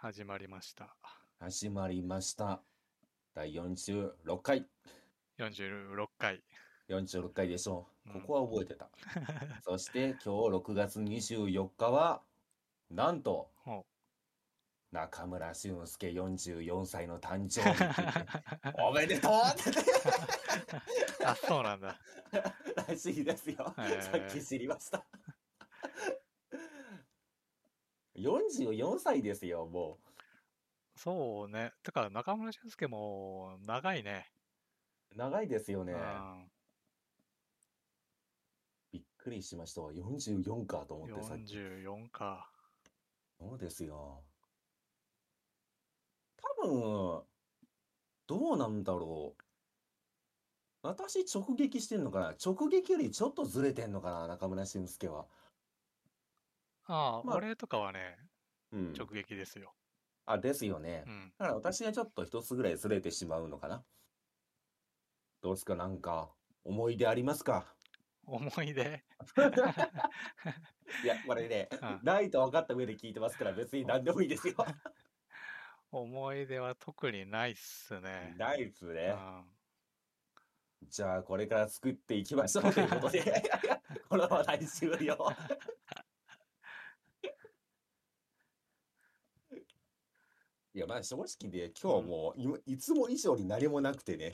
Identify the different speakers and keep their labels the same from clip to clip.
Speaker 1: 始まりました。
Speaker 2: 始まりました。第46回。
Speaker 1: 46回。
Speaker 2: 46回でしょ
Speaker 1: う
Speaker 2: う。こ
Speaker 1: ん。
Speaker 2: こは覚え てた。そして今日6月24日は、なんと、
Speaker 1: ほ
Speaker 2: 中村俊輔44歳の誕
Speaker 1: う。
Speaker 2: 生日って言っ て、おめでとうってね
Speaker 1: あ、そうなんだ。
Speaker 2: らしいですよ。さっき
Speaker 1: え
Speaker 2: 知りました。44歳ですよ、も
Speaker 1: ー、そうね。てか、中村俊輔も長いね。
Speaker 2: う。長いですよ
Speaker 1: う
Speaker 2: ね。
Speaker 1: ん。
Speaker 2: びっくりしましたわ。44かと思ってさっき。
Speaker 1: 44か。
Speaker 2: そうですよ。多分、どうなんだろう。私直撃してんのかな直撃よりちょっとずれてんのかな中村俊輔は。
Speaker 1: ああ、
Speaker 2: まあ、
Speaker 1: 俺とかはね、
Speaker 2: う
Speaker 1: 直
Speaker 2: ん。
Speaker 1: 撃ですよ。
Speaker 2: あ、ですよ
Speaker 1: う
Speaker 2: ね。
Speaker 1: ん。
Speaker 2: だから私がちょっと一つぐらいずれてしまうのかなどうですかなんか、思い出ありますか
Speaker 1: 思い出
Speaker 2: いや、これね、
Speaker 1: うん。
Speaker 2: ないと分かった上で聞いてますから別に何でもいいです よ。
Speaker 1: 思い出は特にないっすね。
Speaker 2: ないっす
Speaker 1: う
Speaker 2: ね。
Speaker 1: ん。
Speaker 2: じゃあ、これから作っていきましょうということで この話題終了。いや、まあ正直ね、
Speaker 1: う
Speaker 2: 今日
Speaker 1: ん。
Speaker 2: もうい、いつも以上に何もなくてね、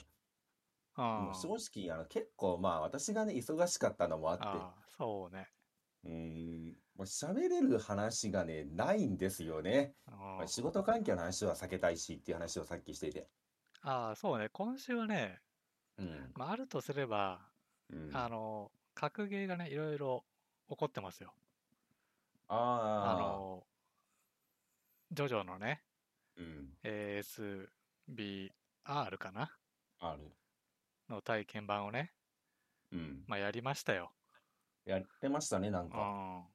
Speaker 2: もう
Speaker 1: あ
Speaker 2: 正直、あの、結構まあ私がね、忙しかったのもあって、
Speaker 1: あ、そうね。
Speaker 2: うーん、もう喋れる話がね、ないんですよね。まあ、
Speaker 1: あ
Speaker 2: 仕事関係の話は避けたいしっていう話をさっきしてて。
Speaker 1: あー、そうね。今週はね、
Speaker 2: うん、
Speaker 1: まあ、あるとすれば、
Speaker 2: う
Speaker 1: あ
Speaker 2: ん。
Speaker 1: の、格ゲーがね、いろいろ起こってますよ。あ
Speaker 2: ああ、
Speaker 1: の、ジョジョのね、
Speaker 2: うん、
Speaker 1: ASBR かな
Speaker 2: ある。
Speaker 1: の体験版をね、
Speaker 2: うん。
Speaker 1: まあ、やりましたよ。
Speaker 2: やってましたね、なん
Speaker 1: う
Speaker 2: か。
Speaker 1: ん。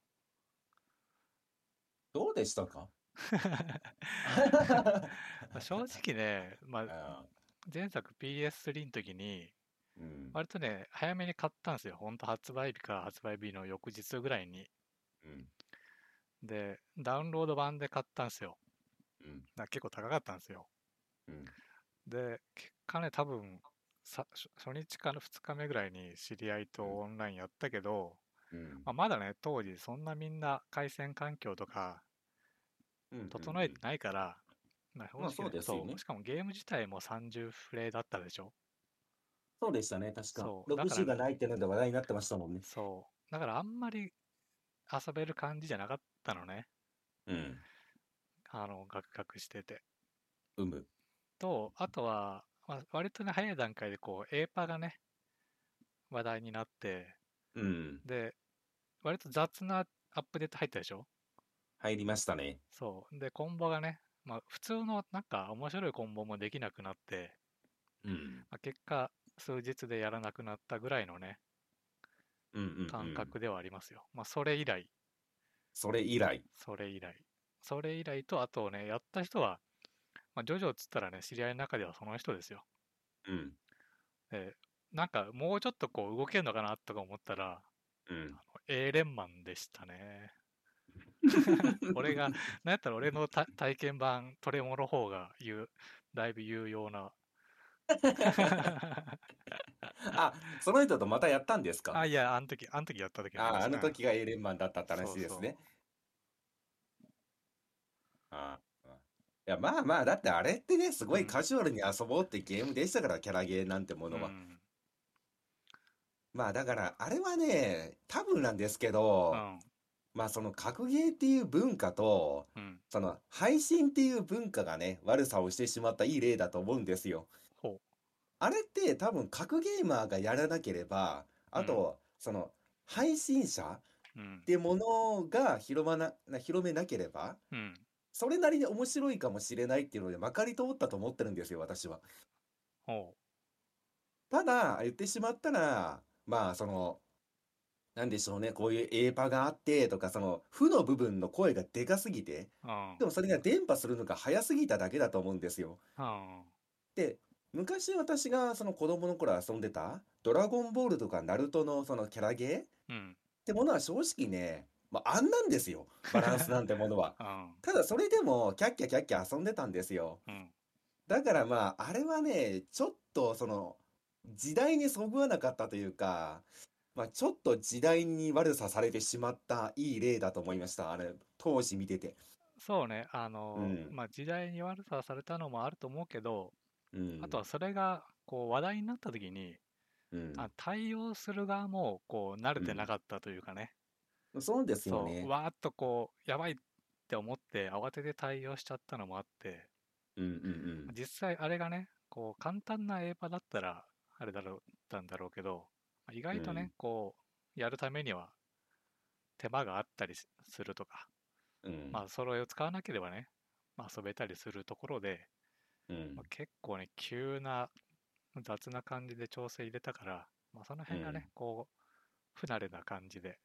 Speaker 2: どうでした か
Speaker 1: まあ正直ね、まあ、
Speaker 2: あ
Speaker 1: 前作 PS3 の時に、
Speaker 2: ーうん、
Speaker 1: 割とね、早めに買ったんですよ。ほんと発売日か発売日の翌日ぐらいに。
Speaker 2: うん、
Speaker 1: で、ダウンロード版で買ったんですよ。
Speaker 2: うん、
Speaker 1: だから結構高かったんですよ。
Speaker 2: うん。
Speaker 1: で、結果ね、多分さ、初初日か2日目ぐらいに知り合い
Speaker 2: うん
Speaker 1: とオンラインやったけど、
Speaker 2: う
Speaker 1: まあ、
Speaker 2: ん
Speaker 1: まだね、当時そんなみんな回線環境とか
Speaker 2: うんうん
Speaker 1: 整え
Speaker 2: う
Speaker 1: て
Speaker 2: ん
Speaker 1: ないから、まあ、正
Speaker 2: まあ
Speaker 1: 直
Speaker 2: そう
Speaker 1: ね、
Speaker 2: ですよ
Speaker 1: そう、
Speaker 2: ね。
Speaker 1: しかもゲーム自体も30フレだったでしょ
Speaker 2: そうでしたね、確か。
Speaker 1: そう、だから
Speaker 2: 60が
Speaker 1: ね、
Speaker 2: ないってので話題になってましたもんね。
Speaker 1: そう、だからあんまり遊べる感じじゃなかったのね、
Speaker 2: うん。
Speaker 1: あの、ガクガクしてて。
Speaker 2: うむ。
Speaker 1: と、あとは、まあ、割とね、早い段階でこう、エーパーがね、話題になって、
Speaker 2: うん。
Speaker 1: で、割と雑なアップデート入ったでしょ
Speaker 2: 入りましたね。
Speaker 1: そう。で、コンボがね、まあ、普通のなんか面白いコンボもできなくなって、
Speaker 2: うん。
Speaker 1: まあ、結果、数日でやらなくなったぐらいのね、
Speaker 2: うんうんう
Speaker 1: 感
Speaker 2: ん。
Speaker 1: 覚ではありますよ。まあ、それ以来、
Speaker 2: それ以来。
Speaker 1: それ以来。それ以来と、あとね、やった人は、まあ、ジョジョっつったらね、知り合いの中ではその人ですよ。
Speaker 2: うん。
Speaker 1: で、なんか、もうちょっとこう、動けるのかなとか思ったら、
Speaker 2: うん。
Speaker 1: エーレンマンでしたね。 俺が、なんやったら俺のた体験版、トレモの方が言う、だいぶ有用 な。
Speaker 2: あ、その人とまたやったんですか
Speaker 1: あ、いや、あの時、あの時やった時の
Speaker 2: ああ、
Speaker 1: 話。
Speaker 2: あ
Speaker 1: う
Speaker 2: の
Speaker 1: ん。
Speaker 2: 時がエレンマンだったって
Speaker 1: そう
Speaker 2: 話です
Speaker 1: そ
Speaker 2: ね。ああ。あいや、まあまあ、だってあれってね、す
Speaker 1: う。う
Speaker 2: ごい
Speaker 1: ん。
Speaker 2: カジュアルに遊ぼうってゲームでしたから、キャラゲーなんても
Speaker 1: う
Speaker 2: のは。
Speaker 1: ん。
Speaker 2: まあだから、あれはね、多分なんですけ
Speaker 1: う
Speaker 2: ど、
Speaker 1: ん。
Speaker 2: まあその格ゲーっていう文化と、
Speaker 1: うん。
Speaker 2: その配信っていう文化がね、悪さをしてしまったいい例だと思うんですよ。
Speaker 1: ほ
Speaker 2: あれって多分格ゲーマーがやらなければ、
Speaker 1: う。う
Speaker 2: あ
Speaker 1: ん。
Speaker 2: と、その配信者
Speaker 1: うん。
Speaker 2: ってものが広まな、広めなければ、
Speaker 1: うん。
Speaker 2: それなりに面白いかもしれないっていうので、まかり通ったと思ってるんですよ、私は。
Speaker 1: ほ
Speaker 2: ただ、言ってしまったら、まあ、その、なんでしょうね、こういうエーパーがあってとか、その、負の部分の声がでかすぎて、
Speaker 1: う。うん。
Speaker 2: でもそれが伝播するのが早すぎただけだと思うんですよ。
Speaker 1: うん。
Speaker 2: で、昔私がその子供の頃遊んでた、ドラゴンボールとかナルトのそのキャラゲーっ
Speaker 1: うん。
Speaker 2: てものは正直ね、まあ、あんなんですよ。バランスなんてものは。
Speaker 1: うん。
Speaker 2: ただそれでも、キャッキャキャッキャ遊んでたんですよ。
Speaker 1: うん。
Speaker 2: だからまあ、あれはね、ちょっとその、時代にそぐわなかったというか、まあ、ちょっと時代に悪さされてしまったいい例だと思いました。あれ、当時見てて。
Speaker 1: そうね、あ
Speaker 2: う
Speaker 1: の、
Speaker 2: ん。
Speaker 1: まあ、時代に悪さされたのもあると思うけど、
Speaker 2: う
Speaker 1: あと
Speaker 2: ん。
Speaker 1: はそれがこう話題になった時に、
Speaker 2: う
Speaker 1: あ
Speaker 2: ん。
Speaker 1: 対応する側もこう慣れ
Speaker 2: う。
Speaker 1: てなんかったというかね、
Speaker 2: そうですよ
Speaker 1: そう、
Speaker 2: ね。
Speaker 1: わーっとこう、やばいって思って慌てて対応しちゃったのもあって、
Speaker 2: うんうん
Speaker 1: 実際あれがね、こう簡単な英語だったらあれだろう、たんだろうけど、意
Speaker 2: う
Speaker 1: 外とね、
Speaker 2: ん。
Speaker 1: こう、やるためには手間があったりしするとか、
Speaker 2: うん。
Speaker 1: まあ、それを使わなければね、まあ、遊べたりするところで、
Speaker 2: う
Speaker 1: まあ、
Speaker 2: ん。
Speaker 1: 結構ね、急な雑な感じで調整入れたから、まあ、その
Speaker 2: う
Speaker 1: 辺がね、
Speaker 2: ん。
Speaker 1: こう、不慣れな感じで、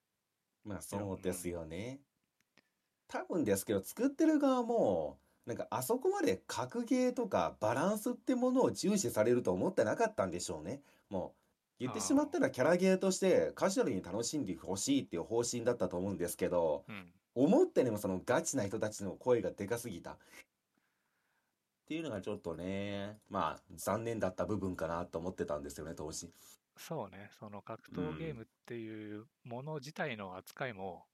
Speaker 2: まあ、
Speaker 1: いや、う
Speaker 2: そうです
Speaker 1: ん、
Speaker 2: よね。多分ですけど、作ってる側も、なんかあそこまで格ゲーとかバランスってものを重視されると思ってなかったんでしょうね。もう、言ってしまっ
Speaker 1: あ
Speaker 2: たらキャラゲーとしてカジュアルに楽しんでほしいっていう方針だったと思うんですけど、
Speaker 1: あ、うん、
Speaker 2: 思ったよりもそのガチな人たちの声がでかすぎたっていうのがちょっとね、まあ残念だった部分かなと思ってたんですよね、当時。
Speaker 1: そうね、その格
Speaker 2: う
Speaker 1: 闘ゲーム
Speaker 2: ん、
Speaker 1: っていうもの自体の扱いも、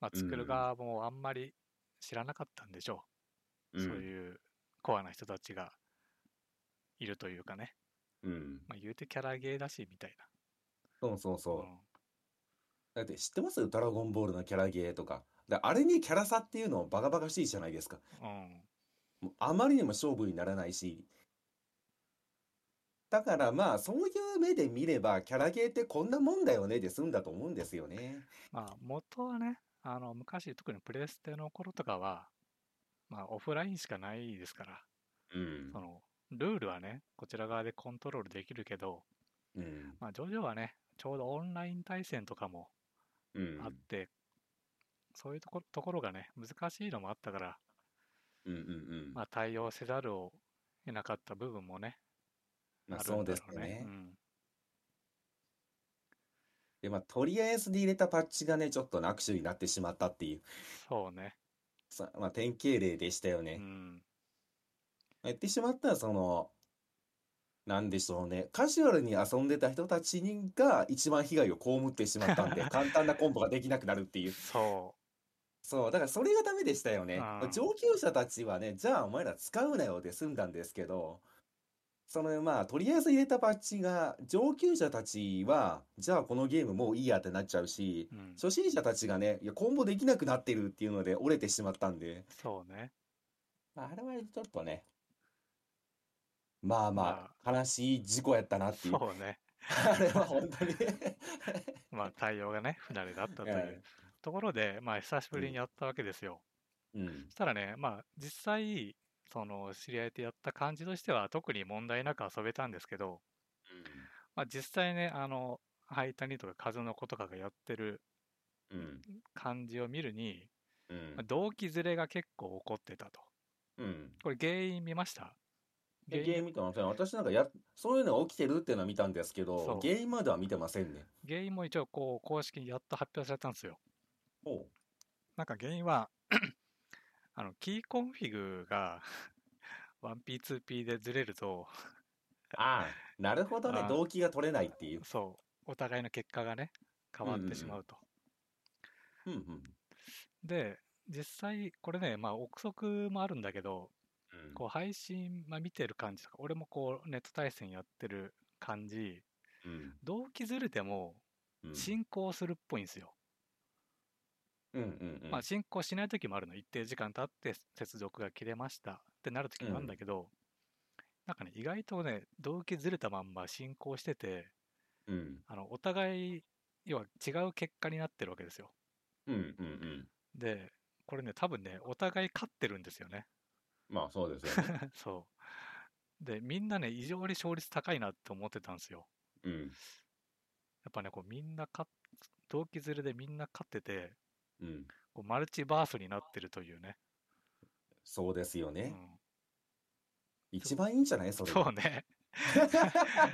Speaker 1: まあ、
Speaker 2: う
Speaker 1: 作る
Speaker 2: ん、
Speaker 1: 側もあんまり知らなかったんでしょう。
Speaker 2: う、
Speaker 1: そうんいうコアな人たちがいるというかね、
Speaker 2: うん。
Speaker 1: まあ、言うてキャラゲーだし、みたいな。
Speaker 2: そうそう
Speaker 1: う
Speaker 2: そう。
Speaker 1: ん、
Speaker 2: だって知ってますドラゴンボールのキャラゲーとか。で、あれにキャラ差っていうのバカバカしいじゃないですか。
Speaker 1: うん、
Speaker 2: もうあまりにも勝負にならないし。だからまあ、そういう目で見れば、キャラゲーってこんなもんだよねで済んだと思うんですよね。
Speaker 1: まあ、元はね、あの、昔、特にプレステの頃とかは、まあ、オフラインしかないですから、
Speaker 2: うん。
Speaker 1: その、ルールはね、こちら側でコントロールできるけど、
Speaker 2: うん。
Speaker 1: まあ、ジョジョはね、ちょうどオンライン対戦とかも
Speaker 2: う
Speaker 1: あっ
Speaker 2: ん。
Speaker 1: て、そういうとこ、ところがね、難しいのもあったから、
Speaker 2: うんうんうん。
Speaker 1: まあ、対応せざるを得なかった部分もね、
Speaker 2: まあ
Speaker 1: ある
Speaker 2: そうん
Speaker 1: だ
Speaker 2: です
Speaker 1: ろう
Speaker 2: よ
Speaker 1: ね。う
Speaker 2: ね。
Speaker 1: ん。
Speaker 2: で、まあ、とりあえずで入れたパッチがね、ちょっと握手になってしまったっていう、
Speaker 1: そうね。
Speaker 2: さ、まあ、典型例でしたよ
Speaker 1: う
Speaker 2: ね。
Speaker 1: ん。
Speaker 2: 言ってしまったら、その、なんでしょうね。カジュアルに遊んでた人たちにが一番被害を被ってしまった んで、簡単なコンボができなくなるっていう。
Speaker 1: そ
Speaker 2: そう、だからそれがダメでした
Speaker 1: う。
Speaker 2: よ
Speaker 1: う
Speaker 2: ね。
Speaker 1: ん。
Speaker 2: 上級者たちはね、じゃあお前ら使うなよで済んだんですけど、そのまあ、とりあえず入れたパッチが、上級者たちは、じゃあこのゲームもういいやってなっちゃうし、
Speaker 1: うん。
Speaker 2: 初心者たちがね、いや、コンボできなくなってるっていうので折れてしまったんで、
Speaker 1: そうね。
Speaker 2: まあ、あれはちょっとね、まあま
Speaker 1: まあ、
Speaker 2: あ、悲しい事故やったなっていう。
Speaker 1: そうね。
Speaker 2: あれは本当に
Speaker 1: まあ、対応がね、不慣れだったという
Speaker 2: ええ
Speaker 1: ところで、まあ、久しぶ
Speaker 2: う
Speaker 1: りに
Speaker 2: ん、
Speaker 1: やったわけですよ。
Speaker 2: うん、
Speaker 1: そしたらね、まあ、実際、その、知り合いとやった感じとしては、特に問題なく遊べたんですけど、まあ、実際ね、あの、ハイタニとかカズノコとかがやってる
Speaker 2: うん、
Speaker 1: 感じを見るに、
Speaker 2: うん、う
Speaker 1: まあ
Speaker 2: ん。
Speaker 1: 動機ずれが結構起こってたと。
Speaker 2: うん
Speaker 1: これ原因見ました原
Speaker 2: え、ゲー
Speaker 1: 因、
Speaker 2: ム見てません。私なんかや、そういうのが起きてるっていうのは見たんですけど、
Speaker 1: そ
Speaker 2: 原因までは見てませんね。
Speaker 1: う。原因も一応、こう、公式にやっと発表されたんですよ。
Speaker 2: ほ
Speaker 1: なんか原因は、あの、キーコンフィグが 1P、2P でずれると、
Speaker 2: ああ、なるほどね。
Speaker 1: あ
Speaker 2: 動機が取れないっていう。
Speaker 1: そう、お互いの結果がね、変
Speaker 2: うん
Speaker 1: わ
Speaker 2: う
Speaker 1: ってしま
Speaker 2: ん
Speaker 1: うと。
Speaker 2: うん。うんうん。
Speaker 1: で、実際、これね、まあ、憶測もあるんだけど、
Speaker 2: う
Speaker 1: こ
Speaker 2: ん。
Speaker 1: う、配信、まあ、見てる感じとか、俺もこう、ネット対戦やってる感じ、
Speaker 2: うん。
Speaker 1: 動機ずれても、
Speaker 2: うん。
Speaker 1: 進行するっぽいんですよ。
Speaker 2: うんうん
Speaker 1: まあ、進行しない時もあるの。一定時間経って接続が切れましたってなる時
Speaker 2: う
Speaker 1: もあるん
Speaker 2: ん。
Speaker 1: だけど、なんかね、意外とね、動機ずれたまんま進行してて、
Speaker 2: うん。
Speaker 1: あの、お互い、要は違う結果になってるわけですよ。
Speaker 2: うんうんうん。
Speaker 1: で、これね、多分ね、お互い勝ってるんですよね。
Speaker 2: まあそうですよね。
Speaker 1: そう。で、みんなね、異常に勝率高いなって思ってたんですよ。
Speaker 2: うん。
Speaker 1: やっぱね、こう、みんな勝っ、動機ずれでみんな勝ってて、
Speaker 2: うん。
Speaker 1: こうマルチバースになってるというね。
Speaker 2: そうですよ
Speaker 1: う
Speaker 2: ね。
Speaker 1: ん。す
Speaker 2: 一番いいんじゃないそれ
Speaker 1: そ
Speaker 2: が。
Speaker 1: うね。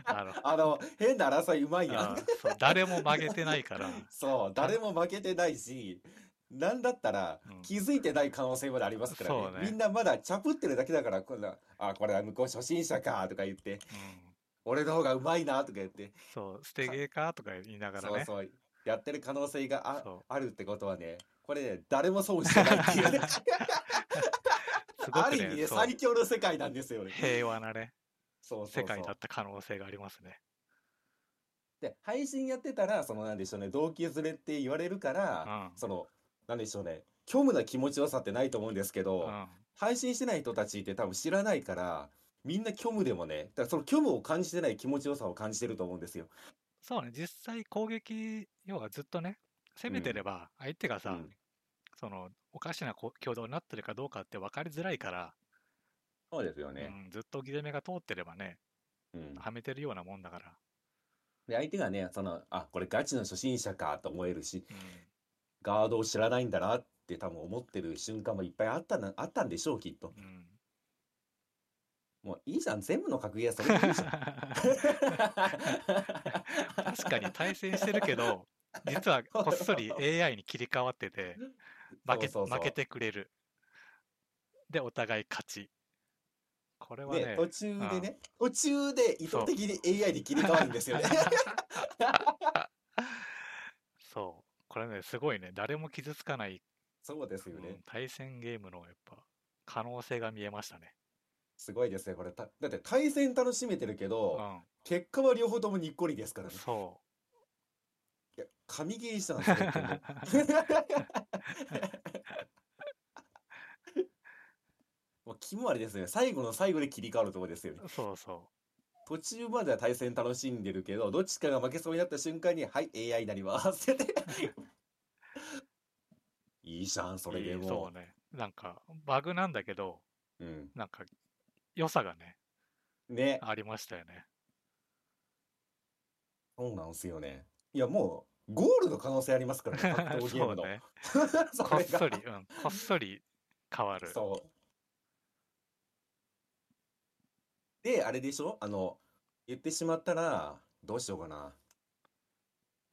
Speaker 1: あの
Speaker 2: あの、変な争いう まいや
Speaker 1: あ
Speaker 2: ん。
Speaker 1: ーそう誰も曲げてないから、
Speaker 2: そう、誰も負けてないし、なんだったら
Speaker 1: うん
Speaker 2: 気づいてない可能性までありますから
Speaker 1: そう
Speaker 2: ね。
Speaker 1: ね
Speaker 2: みんなまだチャプってるだけだから、こんな、あ、これは向こう初心者かとか言って、
Speaker 1: うん、
Speaker 2: 俺の方がうまいなとか言って、
Speaker 1: そう捨てゲーかとか言いながら
Speaker 2: そう
Speaker 1: ね
Speaker 2: そう、やってる可能性があ
Speaker 1: そう
Speaker 2: あるってことはね、これね、誰も損してないってい うね。
Speaker 1: すご
Speaker 2: あ
Speaker 1: く
Speaker 2: る意味
Speaker 1: ね
Speaker 2: ね、
Speaker 1: そう
Speaker 2: 最強の世界なんですよね。
Speaker 1: 平和なね
Speaker 2: そうそうそう
Speaker 1: 世界だった可能性がありますね
Speaker 2: で、配信やってたら、そのなんでしょうね、動機連れって言われるから、
Speaker 1: うん
Speaker 2: その、なんでしょうね、虚無な気持ちよさってないと思うんですけ
Speaker 1: う
Speaker 2: ど、
Speaker 1: ん
Speaker 2: 配信してない人たちって多分知らないから、みんな虚無でもね、だからその虚無を感じてない気持ちよさを感じてると思うんですよ。
Speaker 1: そうね実際攻撃要はずっとね攻めてれば相手がさ、
Speaker 2: うん
Speaker 1: そのおかしなこ挙動になってるかどうかって分かりづらいから、
Speaker 2: そうですよね。
Speaker 1: うん、ずっと切れ目が通ってればね
Speaker 2: うん
Speaker 1: はめてるようなもんだから、
Speaker 2: で、相手がね、その、あ、これガチの初心者かと思えるし、
Speaker 1: うん
Speaker 2: ガードを知らないんだなって多分思ってる瞬間もいっぱいあったな、あったんでしょう、きっと。
Speaker 1: うん、
Speaker 2: もういいじゃん、全部の格ゲーはそれでいいじゃ ん。
Speaker 1: 確かに対戦してるけど実はこっそり AI に切り替わってて負け
Speaker 2: そうそうそう
Speaker 1: 負けてくれるでお互い勝ちこれは
Speaker 2: で、
Speaker 1: ね
Speaker 2: 途中でね、途中で意図的に AI に切り替わる んですよね。
Speaker 1: そうこれねすごいね誰も傷つかない、
Speaker 2: そうですよ
Speaker 1: う
Speaker 2: ね
Speaker 1: ん。対戦ゲームのやっぱ可能性が見えましたね
Speaker 2: すごいですね、これ。ただって対戦楽しめてるけ
Speaker 1: う
Speaker 2: ど、
Speaker 1: ん
Speaker 2: 結果は両方ともにっこりですからね。
Speaker 1: そ
Speaker 2: いや、神ゲーしたんですよ、本 当にもう肝あれですね。最後の最後で切り替わるところですよね。
Speaker 1: うそうそ
Speaker 2: 途中までは対戦楽しんでるけど、どっちかが負けそうになった瞬間に、はい、AI になります って。いいじゃん、
Speaker 1: う
Speaker 2: それで
Speaker 1: いい
Speaker 2: も
Speaker 1: そうねなんかバグなんだけど
Speaker 2: う。うん。
Speaker 1: なんか良さがね
Speaker 2: ね。
Speaker 1: ありましたよね
Speaker 2: そうなんすよね。いや、もう、ゴールの可能性ありますからね、格闘ゲ ー
Speaker 1: そ
Speaker 2: ム
Speaker 1: う
Speaker 2: の。
Speaker 1: ね
Speaker 2: そ
Speaker 1: こっ
Speaker 2: れが
Speaker 1: そり、うん、こっそり変わる。
Speaker 2: そう。で、あれでしょあの、言ってしまったら、どうしようかな。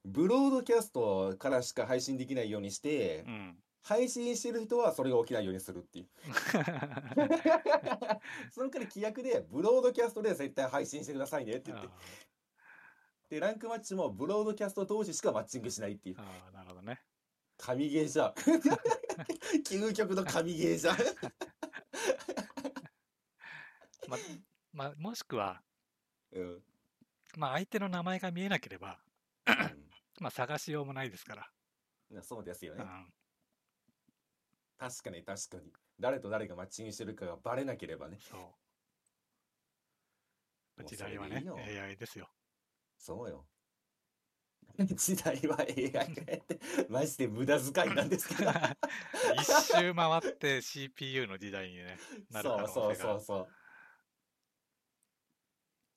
Speaker 2: ブロードキャストからしか配信できないようにして、
Speaker 1: うん。
Speaker 2: 配信してる人はそれが起きないようにするっ ていう。そのから規約で、ブロードキャストで絶対配信してくださいねって言って。
Speaker 1: あ
Speaker 2: で、ランクマッチもブロードキャスト同士しかマッチングしないっていう
Speaker 1: ー。あー、なるほどね。
Speaker 2: 神ゲーじゃん。 究極の神ゲーじゃん。
Speaker 1: ま、ま、もしくは、
Speaker 2: うん。
Speaker 1: まあ、相手の名前が見えなければ、まあ、探しようもないですから。
Speaker 2: うんそうですよ
Speaker 1: う
Speaker 2: ね。
Speaker 1: ん、
Speaker 2: 確かに確かに。誰と誰がマッチングしてるかがバレなければね。
Speaker 1: そう。
Speaker 2: もう
Speaker 1: 時
Speaker 2: それ
Speaker 1: 代は
Speaker 2: で
Speaker 1: ね
Speaker 2: いいよ
Speaker 1: AI ですよ。
Speaker 2: そうよ。時代は AI がやって、マジで無駄遣いなんですけど。
Speaker 1: 一周回って CPU の時代に、ね、なる可
Speaker 2: そう
Speaker 1: 能性が
Speaker 2: そうそうそう。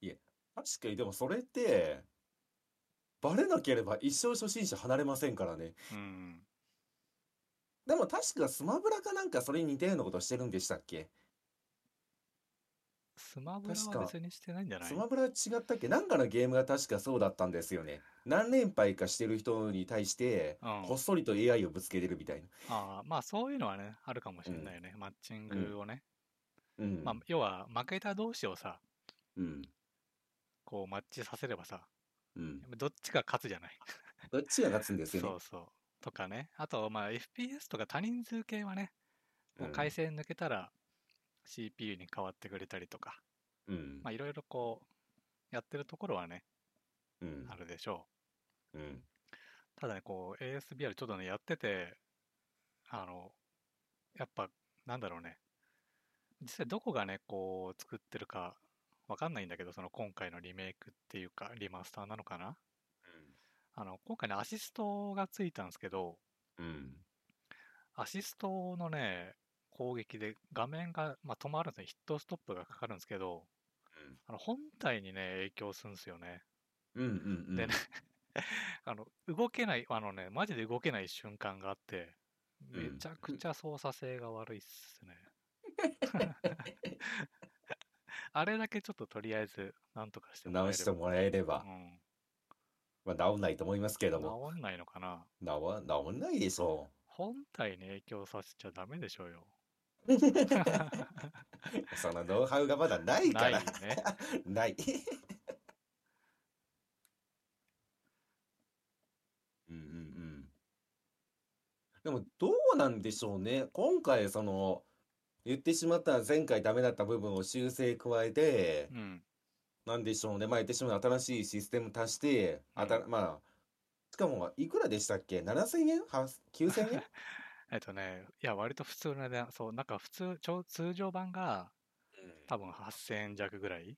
Speaker 2: いや、確かにでもそれって、バレなければ一生初心者離れませんからね。
Speaker 1: うん。
Speaker 2: でも確かスマブラかなんかそれに似たようなことしてるんでしたっけ
Speaker 1: スマブラ
Speaker 2: 確
Speaker 1: は
Speaker 2: か
Speaker 1: 別にしてないんじゃない
Speaker 2: スマブラ違ったっけなんかのゲームが確かそうだったんですよね。何連敗かしてる人に対して、
Speaker 1: うん
Speaker 2: こっそりと AI をぶつけてるみたい
Speaker 1: ああまあそういうのはねあるかもしれないよね、マッチングをね、
Speaker 2: な。うん。
Speaker 1: まあ、要は負けた同士をさ
Speaker 2: うん。
Speaker 1: こうマッチさせればさ
Speaker 2: うん。
Speaker 1: どっちが勝つじゃない
Speaker 2: どっちが勝つんですよね
Speaker 1: そう。そう。とかね。あと、まあ、FPS とか多人数系はね、もう
Speaker 2: うん
Speaker 1: 回線抜けたら CPU に変わってくれたりとか、
Speaker 2: うん
Speaker 1: まあ、いろいろこう、やってるところはね、
Speaker 2: うん。
Speaker 1: あるでしょ
Speaker 2: うん。
Speaker 1: う。ただね、こう、ASBR ちょっとね、やってて、あの、やっぱ、なんだろうね。実際どこがね、こう、作ってるか、わかんないんだけど、その今回のリメイクっていうか、リマスターなのかなあの、今回ね、アシストがついたんですけど、
Speaker 2: うん。
Speaker 1: アシストのね、攻撃で画面が、まあ、止まるんですね。ヒットストップがかかるんですけど、
Speaker 2: うん
Speaker 1: あの本体にね、影響するんですよね。
Speaker 2: うん。うん。うん。
Speaker 1: でね、 あの動けない、あのね、マジで動けない瞬間があって、
Speaker 2: うん
Speaker 1: めちゃくちゃ操作性が悪いっすね。 あれだけちょっととりあえず、なんとかしてもらえれ
Speaker 2: 直
Speaker 1: ば。
Speaker 2: してもらえれば、
Speaker 1: うん。
Speaker 2: まあ、直んないと思いますけども、
Speaker 1: 治んないのかな。
Speaker 2: 直直んないでしょ
Speaker 1: 本体に影響させちゃダメでしょう よ。
Speaker 2: う。そのノウハウがまだない
Speaker 1: な
Speaker 2: か
Speaker 1: いよ
Speaker 2: ら、
Speaker 1: ね。
Speaker 2: ない。うんうんうん。でもどうなんでしょうね。今回その言ってしまった前回ダメだった部分を修正加えて、
Speaker 1: うん。
Speaker 2: なんでしょうね。まあ言ってしまう新しいシステム足して、あた、
Speaker 1: う
Speaker 2: まあ、しかもいくらでしたっけ ?7000 円 ?9000 円
Speaker 1: えっとね、いや、割と普通の値段、そう、なんか普通、ちょ通常版が 多分8000円弱ぐらい。
Speaker 2: う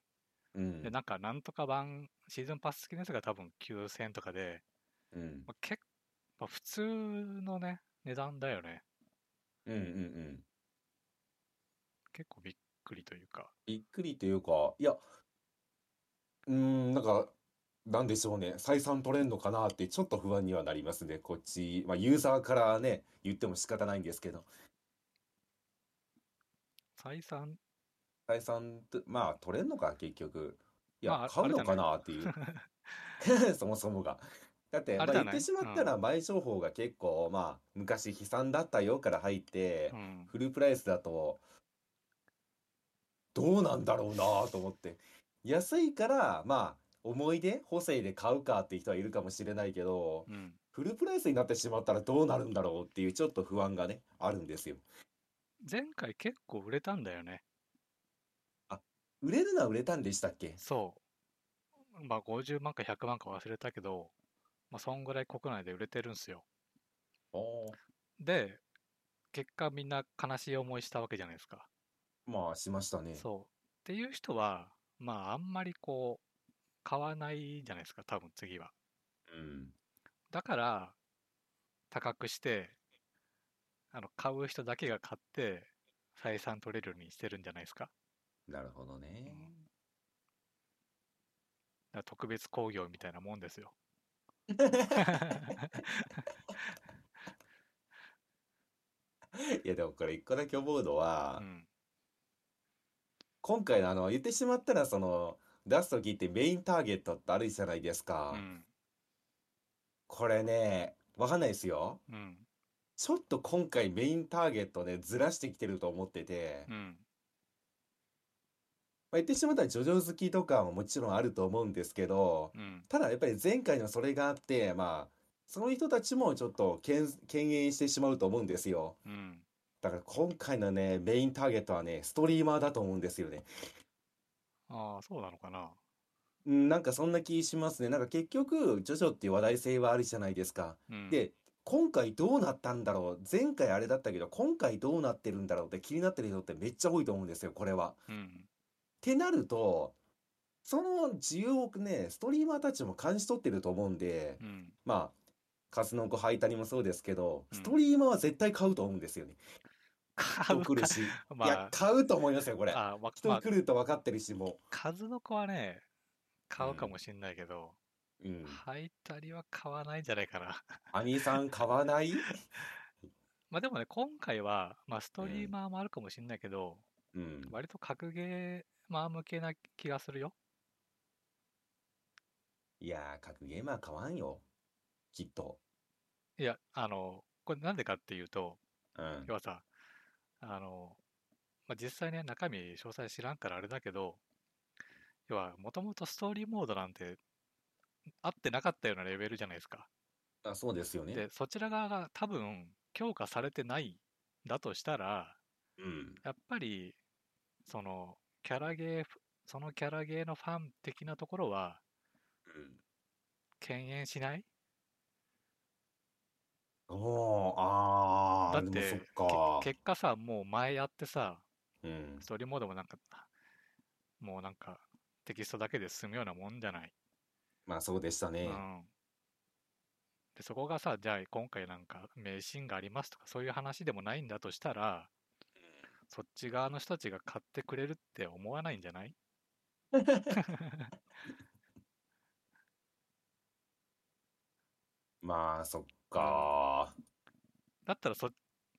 Speaker 1: で、
Speaker 2: ん。
Speaker 1: なんかなんとか版、シーズンパス付きのやつが多分9000円とかで、
Speaker 2: うん。
Speaker 1: まあ、結構、まあ普通のね、値段だよね。
Speaker 2: うんうんうん。
Speaker 1: 結構びっくりというか。
Speaker 2: びっくりというか、いや、うーん、なんか、なんでしょうね、採算取れんのかなって、ちょっと不安にはなりますね、こっち、まあ、ユーザーからね、言っても仕方ないんですけど、
Speaker 1: 採算、
Speaker 2: 採算と、まあ、取れんのか、結局。い
Speaker 1: まあ
Speaker 2: や、
Speaker 1: あ
Speaker 2: 買う
Speaker 1: れじ
Speaker 2: の
Speaker 1: ゃな
Speaker 2: か
Speaker 1: い
Speaker 2: なっていう、 そもそもが。だって、
Speaker 1: あ
Speaker 2: ま
Speaker 1: れじゃ
Speaker 2: あ、言っ
Speaker 1: ない
Speaker 2: てしまったら、前情報が結構、まあ、昔悲惨だったよから入って
Speaker 1: う、ん。
Speaker 2: フルプライスだと、どうなんだろうなと思って。安いから、まあ、思い出補正で買うかって人はいるかもしれないけど、
Speaker 1: うん。
Speaker 2: フルプライスになってしまったらどうなるんだろうっていうちょっと不安がね、あるんですよ。
Speaker 1: 前回結構売れたんだよね。
Speaker 2: 売れるのは売れたんでしたっけ
Speaker 1: そう。まあ50万か100万か忘れたけど、まあそんぐらい国内で売れてるんすよ。
Speaker 2: おー
Speaker 1: で、結果みんな悲しい思いしたわけじゃないですか。
Speaker 2: まあ、しましたね。
Speaker 1: そう。っていう人は、まああんまりこう、買わないじゃないですか、多分次は。
Speaker 2: うん。
Speaker 1: だから、高くして、あの、買う人だけが買って、採算取れるようにしてるんじゃないですか。
Speaker 2: なるほど
Speaker 1: うんだ
Speaker 2: ね。
Speaker 1: から特別工業みたいなもんですよ。
Speaker 2: いや、でもこれ一個だけ思うのは
Speaker 1: う、ん。
Speaker 2: 今回のあの、言ってしまったら、その、出すときってメインターゲットってあるじゃないです
Speaker 1: う
Speaker 2: か。
Speaker 1: ん。
Speaker 2: これね、わかんないですよ。
Speaker 1: うん。
Speaker 2: ちょっと今回メインターゲットね、ずらしてきてると思ってて、
Speaker 1: う
Speaker 2: ま
Speaker 1: ん。
Speaker 2: あ、言ってしまったらジョジョ好きとかももちろんあると思うんですけど、
Speaker 1: うん。
Speaker 2: ただやっぱり前回のそれがあって、まあ、その人たちもちょっとけん、敬遠してしまうと思うんですよ。
Speaker 1: うん。
Speaker 2: だから今回のね、メインターゲットはね、ストリーマーだと思うんですよね。
Speaker 1: ああ、そうなのかな。
Speaker 2: うん、なんかそんな気しますね。なんか結局、ジョジョっていう話題性はあるじゃないですか。
Speaker 1: うん。
Speaker 2: で、今回どうなったんだろう。前回あれだったけど、今回どうなってるんだろうって気になってる人ってめっちゃ多いと思うんですよ、これは。
Speaker 1: うん。
Speaker 2: ってなると、その需要をね、ストリーマーたちも感じ取ってると思うんで、
Speaker 1: うん。
Speaker 2: まあ、数の子ハイタニもそうですけど、
Speaker 1: うん
Speaker 2: ストリーマーは絶対買うと思うんですよね。
Speaker 1: 買
Speaker 2: 人
Speaker 1: う
Speaker 2: 来る
Speaker 1: か。
Speaker 2: し。いや
Speaker 1: ま、
Speaker 2: 買うと思いますよ、これ。
Speaker 1: あ、あわま
Speaker 2: 人
Speaker 1: あ、
Speaker 2: 来ると分かってるし、も
Speaker 1: 数の子はね、買うか
Speaker 2: うん
Speaker 1: もしんないけど、
Speaker 2: う。うん。
Speaker 1: 履いたりは買わないんじゃないかな。
Speaker 2: アミさん買わない
Speaker 1: まあでもね、今回は、まあストリー
Speaker 2: うん
Speaker 1: マーもあるかもしんないけど、
Speaker 2: うん。
Speaker 1: 割と格ゲーマー向けな気がするよ。
Speaker 2: いやー、格ゲーマー買わんよ。きっと。
Speaker 1: いや、あの、これなんでかっていうと、
Speaker 2: うん。
Speaker 1: 要はさ、あの、まあ、実際ね、中身詳細知らんからあれだけど、要は、もともとストーリーモードなんて合ってなかったようなレベルじゃないですか。
Speaker 2: あ、そうですよね
Speaker 1: で、。そちら側が多分強化されてないんだとしたら、
Speaker 2: うん。
Speaker 1: やっぱり、その、キャラゲー、そのキャラゲーのファン的なところは、敬遠しない
Speaker 2: うん。おー、あ
Speaker 1: だっ、
Speaker 2: ー、でもそってか。
Speaker 1: け結果さ、もう前やってさ、
Speaker 2: うん。
Speaker 1: ストーリーモードもなんか、もうなんか、テキストだけで進むようなもんじゃない。
Speaker 2: まあ、そうでした
Speaker 1: う
Speaker 2: ね。
Speaker 1: ん。で、そこがさ、じゃあ今回なんか、名シーンがありますとか、そういう話でもないんだとしたら、そっち側の人たちが買ってくれるって思わないんじゃない
Speaker 2: まあ、そっか。
Speaker 1: だったらそ、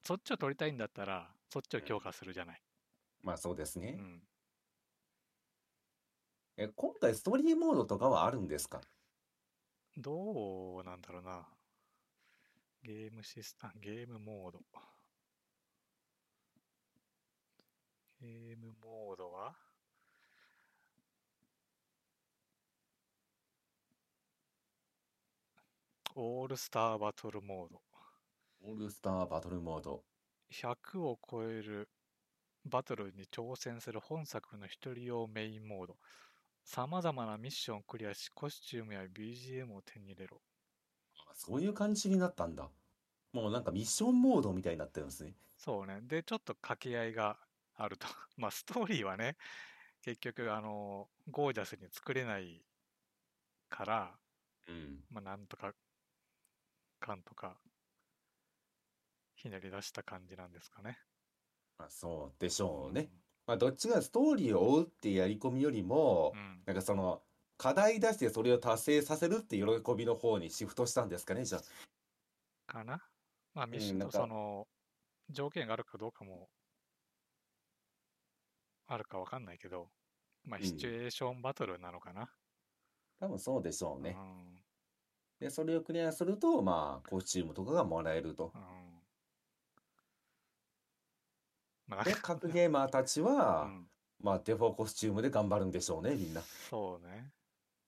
Speaker 1: そっちを取りたいんだったら、そっちを強化するじゃない。
Speaker 2: まあ、そうですね
Speaker 1: う。ん。
Speaker 2: え、今回ストーリーモードとかはあるんですか
Speaker 1: どうなんだろうな。ゲームシスタ、ゲームモード。ゲームモードはオールスターバトルモード。
Speaker 2: オールスターバトルモード。
Speaker 1: 100を超えるバトルに挑戦する本作の一人用メインモード。さまざまなミッションをクリアし、コスチュームや BGM を手に入れろ。
Speaker 2: あそういう感じになったんだ。もうなんかミッションモードみたいになってるんですね。
Speaker 1: そうね。で、ちょっと掛け合いがあると。 まあ、ストーリーはね、結局、あの、ゴージャスに作れないから、
Speaker 2: うん。
Speaker 1: まあ、なんとか、かんとか、ひねり出した感じなんですかね。
Speaker 2: まあ、そうでしょうね。
Speaker 1: う
Speaker 2: まあ、どっちがストーリーを追うってやり込みよりも
Speaker 1: ん。う、ん
Speaker 2: なんかその、課題出してそれを達成させるって喜びの方にシフトしたんですかね、じゃあ。
Speaker 1: かなまあ、ミッ
Speaker 2: うん
Speaker 1: ション
Speaker 2: なん
Speaker 1: と
Speaker 2: か
Speaker 1: その、条件があるかどうかも、あるかわかんないけど、まあ、
Speaker 2: うん
Speaker 1: シチュエーションバトルなのかな。
Speaker 2: 多分そうでしょ
Speaker 1: う。
Speaker 2: うんね。で、それをクリアすると、まあ、コスチュームとかがもらえると
Speaker 1: う。ん。まあ、なん
Speaker 2: で、
Speaker 1: か、
Speaker 2: 各ゲーマーたち
Speaker 1: う
Speaker 2: は、
Speaker 1: ん。
Speaker 2: まあ、デフォコスチュームで頑張るんでしょうね、みんな。
Speaker 1: そうね。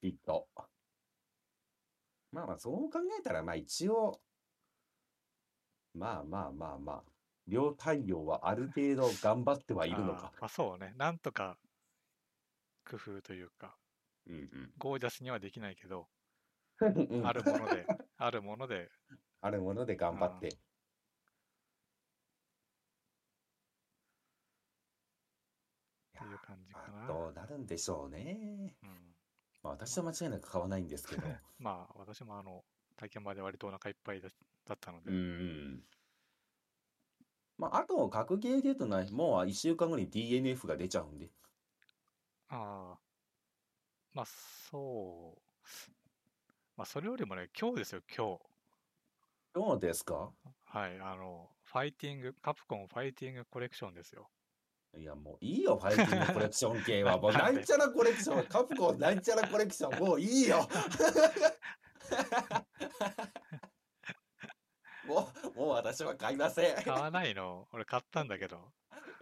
Speaker 2: きっと。まあまあ、そう考えたら、まあ一応、まあまあまあまあ、両対応はある程度頑張ってはいるの
Speaker 1: あ
Speaker 2: か
Speaker 1: ー。まあ、そうね。なんとか工夫というか、
Speaker 2: うん
Speaker 1: ゴージャスにはできないけど、
Speaker 2: うん。うん
Speaker 1: あるもの で、あるもので、
Speaker 2: あるもので頑張って。
Speaker 1: っていう感じ
Speaker 2: ま
Speaker 1: か
Speaker 2: あ、
Speaker 1: な。
Speaker 2: どうなるんでしょうね。
Speaker 1: うん、
Speaker 2: まあ私は間違いなく買わないんですけど。
Speaker 1: まあ、私もあの、体験場で割とお腹いっぱいだだったので、
Speaker 2: うんうん。まあ、あと、格ゲーでとない、もう1週間後に DNF が出ちゃうんで。
Speaker 1: ああ、まあ、そう。まあ、それよりもね、今日ですよ、今日。
Speaker 2: どうですか
Speaker 1: はい、あの、ファイティング、カプコンファイティングコレクションですよ。
Speaker 2: いや、もういいよ、ファイティングコレクション系 は。もうなんちゃらコレクション、カプコンなんちゃらコレクション、もういいよ。 もう、もう私は買いません。い
Speaker 1: 買わないの俺買ったんだけど。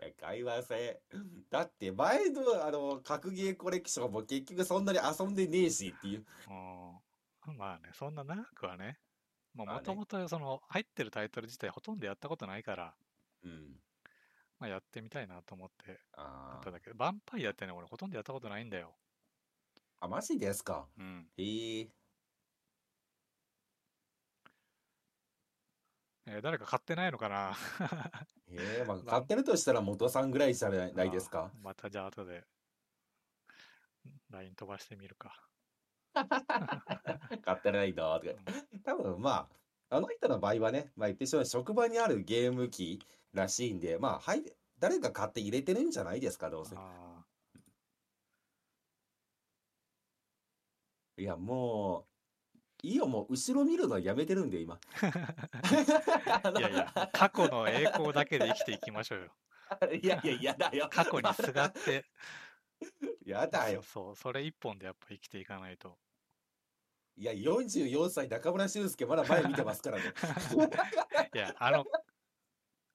Speaker 2: や買いません。だって前の、あの、格ゲーコレクションも結局そんなに遊んでねえしっていう。
Speaker 1: うん。まあね、そんな長くはね。も
Speaker 2: まあね
Speaker 1: ともとその入ってるタイトル自体ほとんどやったことないから、
Speaker 2: うん。
Speaker 1: まあ、やってみたいなと思ってや
Speaker 2: あ
Speaker 1: った
Speaker 2: ー
Speaker 1: んだけど、ヴァンパイアってね、俺ほとんどやったことないんだよ。
Speaker 2: あ、マジですか。
Speaker 1: うん。
Speaker 2: へえ。
Speaker 1: えー誰か買ってないのかな
Speaker 2: へえ、まあ、
Speaker 1: ん
Speaker 2: 買ってるとしたら元さんぐらいじゃ ないです
Speaker 1: あ
Speaker 2: か。
Speaker 1: ー またじゃあ後で、LINE 飛ばしてみるか。
Speaker 2: 買ってないのとか。多分まあ、あの人の場合はね、まあ言ってしまう職場にあるゲーム機らしいんで、まあ、はい、誰か買って入れてるんじゃないですか、どうせ。
Speaker 1: あ
Speaker 2: いや、もう、いいよ、もう後ろ見るのやめてるんで、今。あ
Speaker 1: あ。
Speaker 2: の
Speaker 1: いやいや、過去の栄光だけで生きていきましょうよ。
Speaker 2: いやいや、嫌だよ。
Speaker 1: 過去にすが って、
Speaker 2: やだ
Speaker 1: そ
Speaker 2: よ
Speaker 1: う。そう、それ一本でやっぱ生きていかないと。
Speaker 2: いや、44歳中村俊介、まだ前見てますからね。
Speaker 1: いや、あの、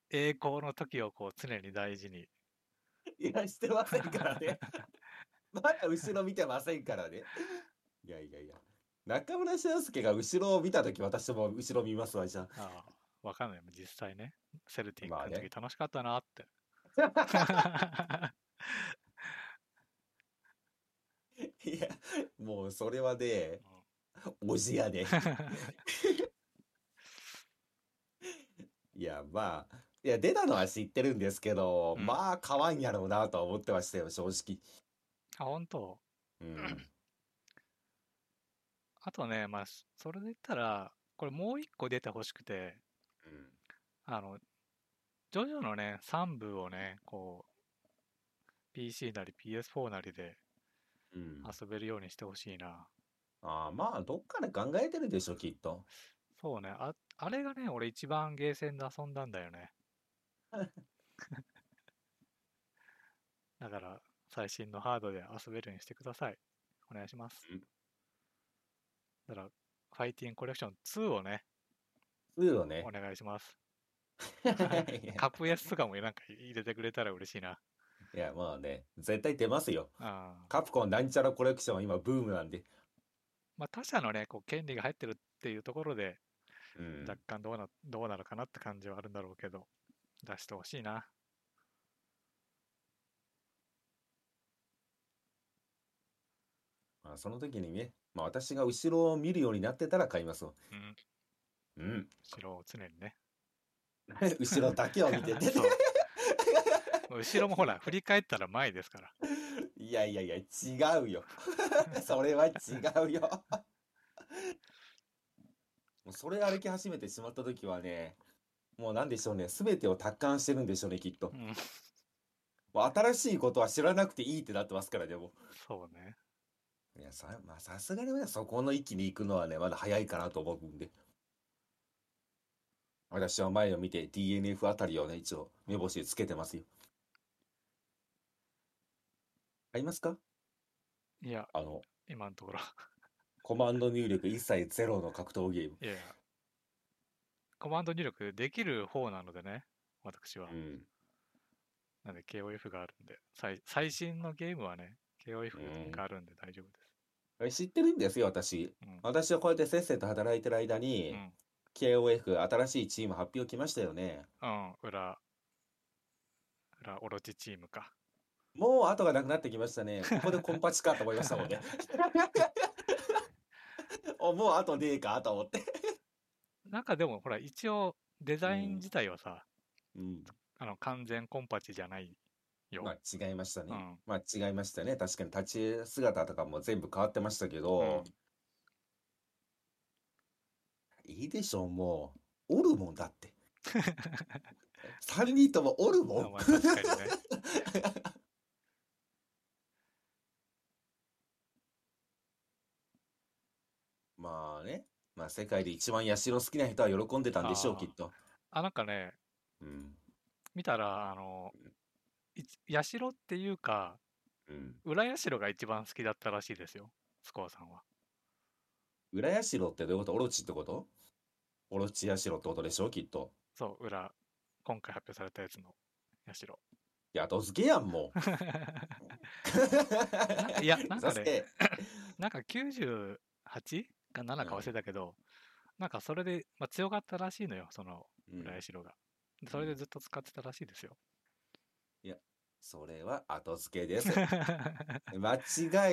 Speaker 1: 栄光の時をこう常に大事に。
Speaker 2: いや、してませんからね。まだ後ろ見てませんからね。いやいやいや。中村俊介が後ろを見たとき、私も後ろ見ますわ、じゃ
Speaker 1: あ
Speaker 2: あ。
Speaker 1: あ、わかんない。実際ね、セルティッ
Speaker 2: まあ
Speaker 1: クの時
Speaker 2: ね
Speaker 1: 楽しかったなって。
Speaker 2: いや、もうそれはね、おじやで。いや、まあ、いや、出たのは知ってるんですけど、
Speaker 1: うん
Speaker 2: まあ、買わんやろうなとは思ってましたよ、正
Speaker 1: あ、 本当。
Speaker 2: 直。うん。
Speaker 1: あとね、まあ、そそれで言ったら、これもう一個出てほしくて、あの、ジョジョのね、3部をね、こう、PC なり PS4 なりで
Speaker 2: うん。うん、
Speaker 1: 遊べるようにしてほしいな。
Speaker 2: あーまあ、どっかで考えてるでしょ、きっと。
Speaker 1: そうね、あ、あれがね、俺一番ゲーセンで遊んだんだよね。だから、最新のハードで遊べるようにしてください。お願いします
Speaker 2: うん。
Speaker 1: だから、ファイティングコレクション2をね、
Speaker 2: 2をね
Speaker 1: お。願いします。
Speaker 2: いや
Speaker 1: カップ S とかもなんか入れてくれたら嬉しいな。
Speaker 2: いや、まあね、絶対出ますよ。
Speaker 1: あー
Speaker 2: カプコンなんちゃらコレクションは今ブームなんで。
Speaker 1: まあ、他社のね、こう権利が入ってるっていうところで、
Speaker 2: うん。
Speaker 1: 若干どうな、どうなるかなって感じはあるんだろうけど、出してほしいな。
Speaker 2: まあ、その時にね、まあ私が後ろを見るようになってたら買いますよ。
Speaker 1: うん、
Speaker 2: うん。
Speaker 1: 後ろを常にね。
Speaker 2: 後ろだけを見てて。
Speaker 1: そうもう 後ろもほら、振り返ったら前ですから。
Speaker 2: いやいやいや、違うよ。 それは違うよ。 もうそれ歩き始めてしまった時はね、もうなんでしょうね、すべてを達観してるんでしょうね、きっと
Speaker 1: う。ん、
Speaker 2: もう新しいことは知らなくていいってなってますからね、も
Speaker 1: そうね。
Speaker 2: う。いや、さ、まあさすがにね、そこの域に行くのはね、まだ早いかなと思うんで。私は前を見て DNF あたりをね、一応目星つけてますよ。ありますか
Speaker 1: いや、
Speaker 2: あの、
Speaker 1: 今のところ。
Speaker 2: コマンド入力一切ゼロの格闘ゲーム。
Speaker 1: いやいや、コマンド入力できる方なのでね、私は
Speaker 2: う。ん。
Speaker 1: なんで KOF があるんで、最最新のゲームはね、KOF があるんで大丈夫です。
Speaker 2: え知ってるんですよ、私。
Speaker 1: うん
Speaker 2: 私はこうやってせっせと働いてる間
Speaker 1: う
Speaker 2: に、
Speaker 1: ん、
Speaker 2: KOF 新しいチーム発表来ましたよね。
Speaker 1: うん、裏、裏オロチチームか。
Speaker 2: もう後がなくなってきましたね。ここでコンパチかと思いました もんね。 おもう後ねえかと思って。
Speaker 1: なんかでもほら、一応デザイ
Speaker 2: うん
Speaker 1: ン自体はさ、
Speaker 2: うん。
Speaker 1: あの完全コンパチじゃないよ。
Speaker 2: まあ違いました
Speaker 1: う
Speaker 2: ね。
Speaker 1: ん、
Speaker 2: まあ違いましたね。確かに立ち姿とかも全部変わってましたけ
Speaker 1: うん
Speaker 2: ど、いいでしょう、もう。おるもんだ って。3人ともおるも
Speaker 1: まあま
Speaker 2: ん
Speaker 1: あ。確かにね。
Speaker 2: まあね、まあ世界で一番社好きな人は喜んでたんでしょう、
Speaker 1: あー
Speaker 2: きっと。
Speaker 1: あ、なんかね、
Speaker 2: うん。
Speaker 1: 見たら、あの、い社っていうか、
Speaker 2: うん。
Speaker 1: 裏社が一番好きだったらしいですよ、スコアさんは。
Speaker 2: 裏社ってどういうことオロチってことオロチ社ってことでしょう、きっと。
Speaker 1: そう、裏、今回発表されたやつの社。
Speaker 2: いや、後付けやん、もう。
Speaker 1: いやなんかね
Speaker 2: 嘘つけ
Speaker 1: なんか 98? か7か忘れたけど、なんかそれで、まあ、強かったらしいのよ、その
Speaker 2: うん
Speaker 1: 浦八郎が。でそれでずっと使ってたらしい ですよ。
Speaker 2: それは後付けです。間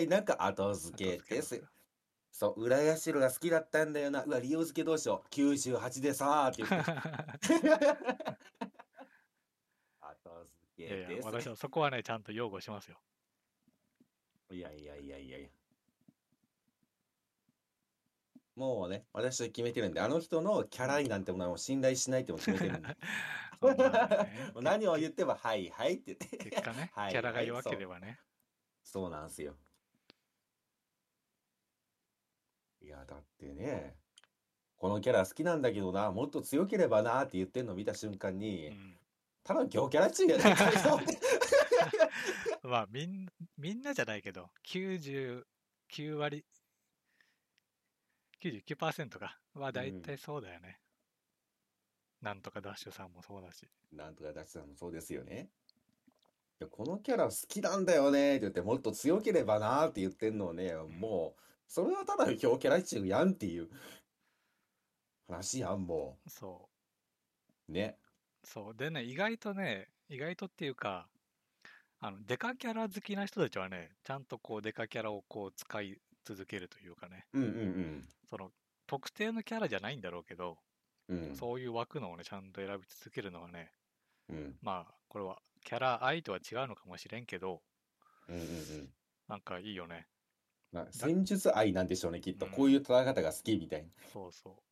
Speaker 2: 違いなく後付けです。そう、浦社が好きだったんだよな。うわ、利用付けどうしよう。98でさーって言って。後
Speaker 1: い
Speaker 2: 付け
Speaker 1: やい
Speaker 2: で
Speaker 1: や、
Speaker 2: す。
Speaker 1: 私はそこはね、ちゃんと擁護しますよ。
Speaker 2: いやいやいやいやいや。もうね、私は決めてるんで、あの人のキャラになんてものはもう信頼しないってもう決めてるんで、
Speaker 1: そんなのね
Speaker 2: もう何を言っても、はいはいって言って、
Speaker 1: 結果ね、
Speaker 2: はい
Speaker 1: キャラが
Speaker 2: はい
Speaker 1: 弱
Speaker 2: そう
Speaker 1: ければね。
Speaker 2: そうなんすよ。いや、だってね、このキャラ好きなんだけどな、もっと強ければなって言ってんの見た瞬間
Speaker 1: う
Speaker 2: に、
Speaker 1: ん
Speaker 2: ただの強キャラ中やないかいと思って。
Speaker 1: まあみん、みんなじゃないけど、99割、99%かはだいたいそうだよね。なんとかダッシュさんもそうだし。
Speaker 2: なんとかダチさんもそうですよね。いや、このキャラ好きなんだよねって言って、もっと強ければなーって言ってんのをね、もう、それはただの強キャラ中やんっていう話やん、も。
Speaker 1: そう
Speaker 2: ね。
Speaker 1: う。そう。でね、意外とね、意外とっていうか、あの、デカキャラ好きな人たちはね、ちゃんとこう、デカキャラをこう、使い続けるというかね、
Speaker 2: うんうん
Speaker 1: その、特定のキャラじゃないんだろうけど、
Speaker 2: うん。うん。
Speaker 1: そういう枠のをね、ちゃんと選び続けるのはね、
Speaker 2: うん。うん
Speaker 1: まあ、これは、キャラ愛とは違うのかもしれんけど、
Speaker 2: うんうん。
Speaker 1: なんかいいよね。
Speaker 2: まあ、戦術愛なんでしょうね、きっと。こういう戦い方が好きみたいな。
Speaker 1: そうそ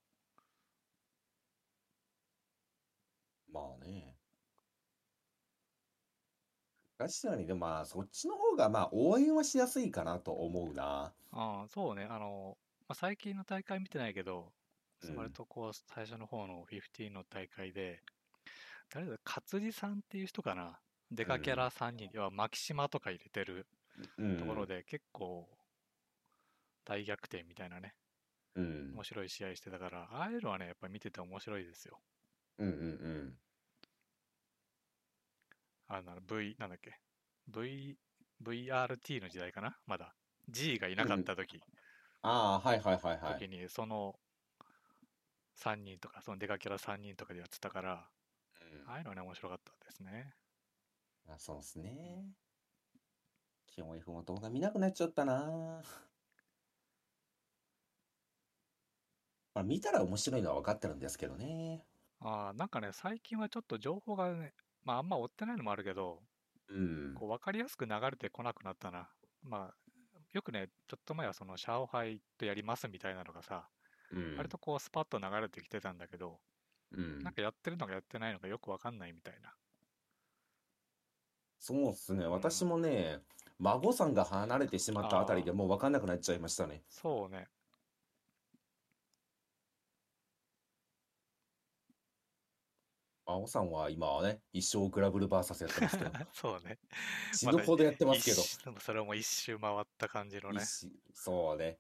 Speaker 2: まあね。確かに、でもまあ、そっちの方が、まあ、応援はしやすいかなと思うな。
Speaker 1: う。ああ、そうね。あの、まあ、最近の大会見てないけど、
Speaker 2: うん
Speaker 1: 割とこう、最初の方の15の大会で、誰だ、勝地さんっていう人かなデカキャラ3人、要は牧島とか入れてる
Speaker 2: うん
Speaker 1: ところで結構大逆転みたいなね、
Speaker 2: うん
Speaker 1: 面白い試合してたから、ああいうのはね、やっぱり見てて面白いですよ。
Speaker 2: うんうん
Speaker 1: あの、V、なんだっけ、V、VRT の時代かなまだ。G がいなかった時、
Speaker 2: ああはいはいはいはい
Speaker 1: 時に、その3人とか、そのデカキャラ3人とかでやってたから、
Speaker 2: うん
Speaker 1: ああいうのはね、面白かったですね。
Speaker 2: あそうですねキモ F も動画見なくなっちゃったな まあ見たら面白いのは分かってるんですけどね
Speaker 1: ああ、なんかね、最近はちょっと情報がね、まああんま追ってないのもあるけど、
Speaker 2: うん
Speaker 1: こう分かりやすく流れてこなくなったな。まあ、よくね、ちょっと前はその、シャオハイとやりますみたいなのがさ、
Speaker 2: うん
Speaker 1: 割とこう、スパッと流れてきてたんだけど、
Speaker 2: うん
Speaker 1: なんかやってるのかやってないのかよくわかんないみたいな。
Speaker 2: そうですね私もね孫さんが離れてしまったあたりでもう分かんなくなっちゃいましたね
Speaker 1: そう ね。
Speaker 2: 孫さんは今はね一生グラブルバーサスやってま すけど
Speaker 1: そうね。
Speaker 2: 死ぬほどやってますけど
Speaker 1: 一周でもそれも一周回った感じのね
Speaker 2: 一。しそうね。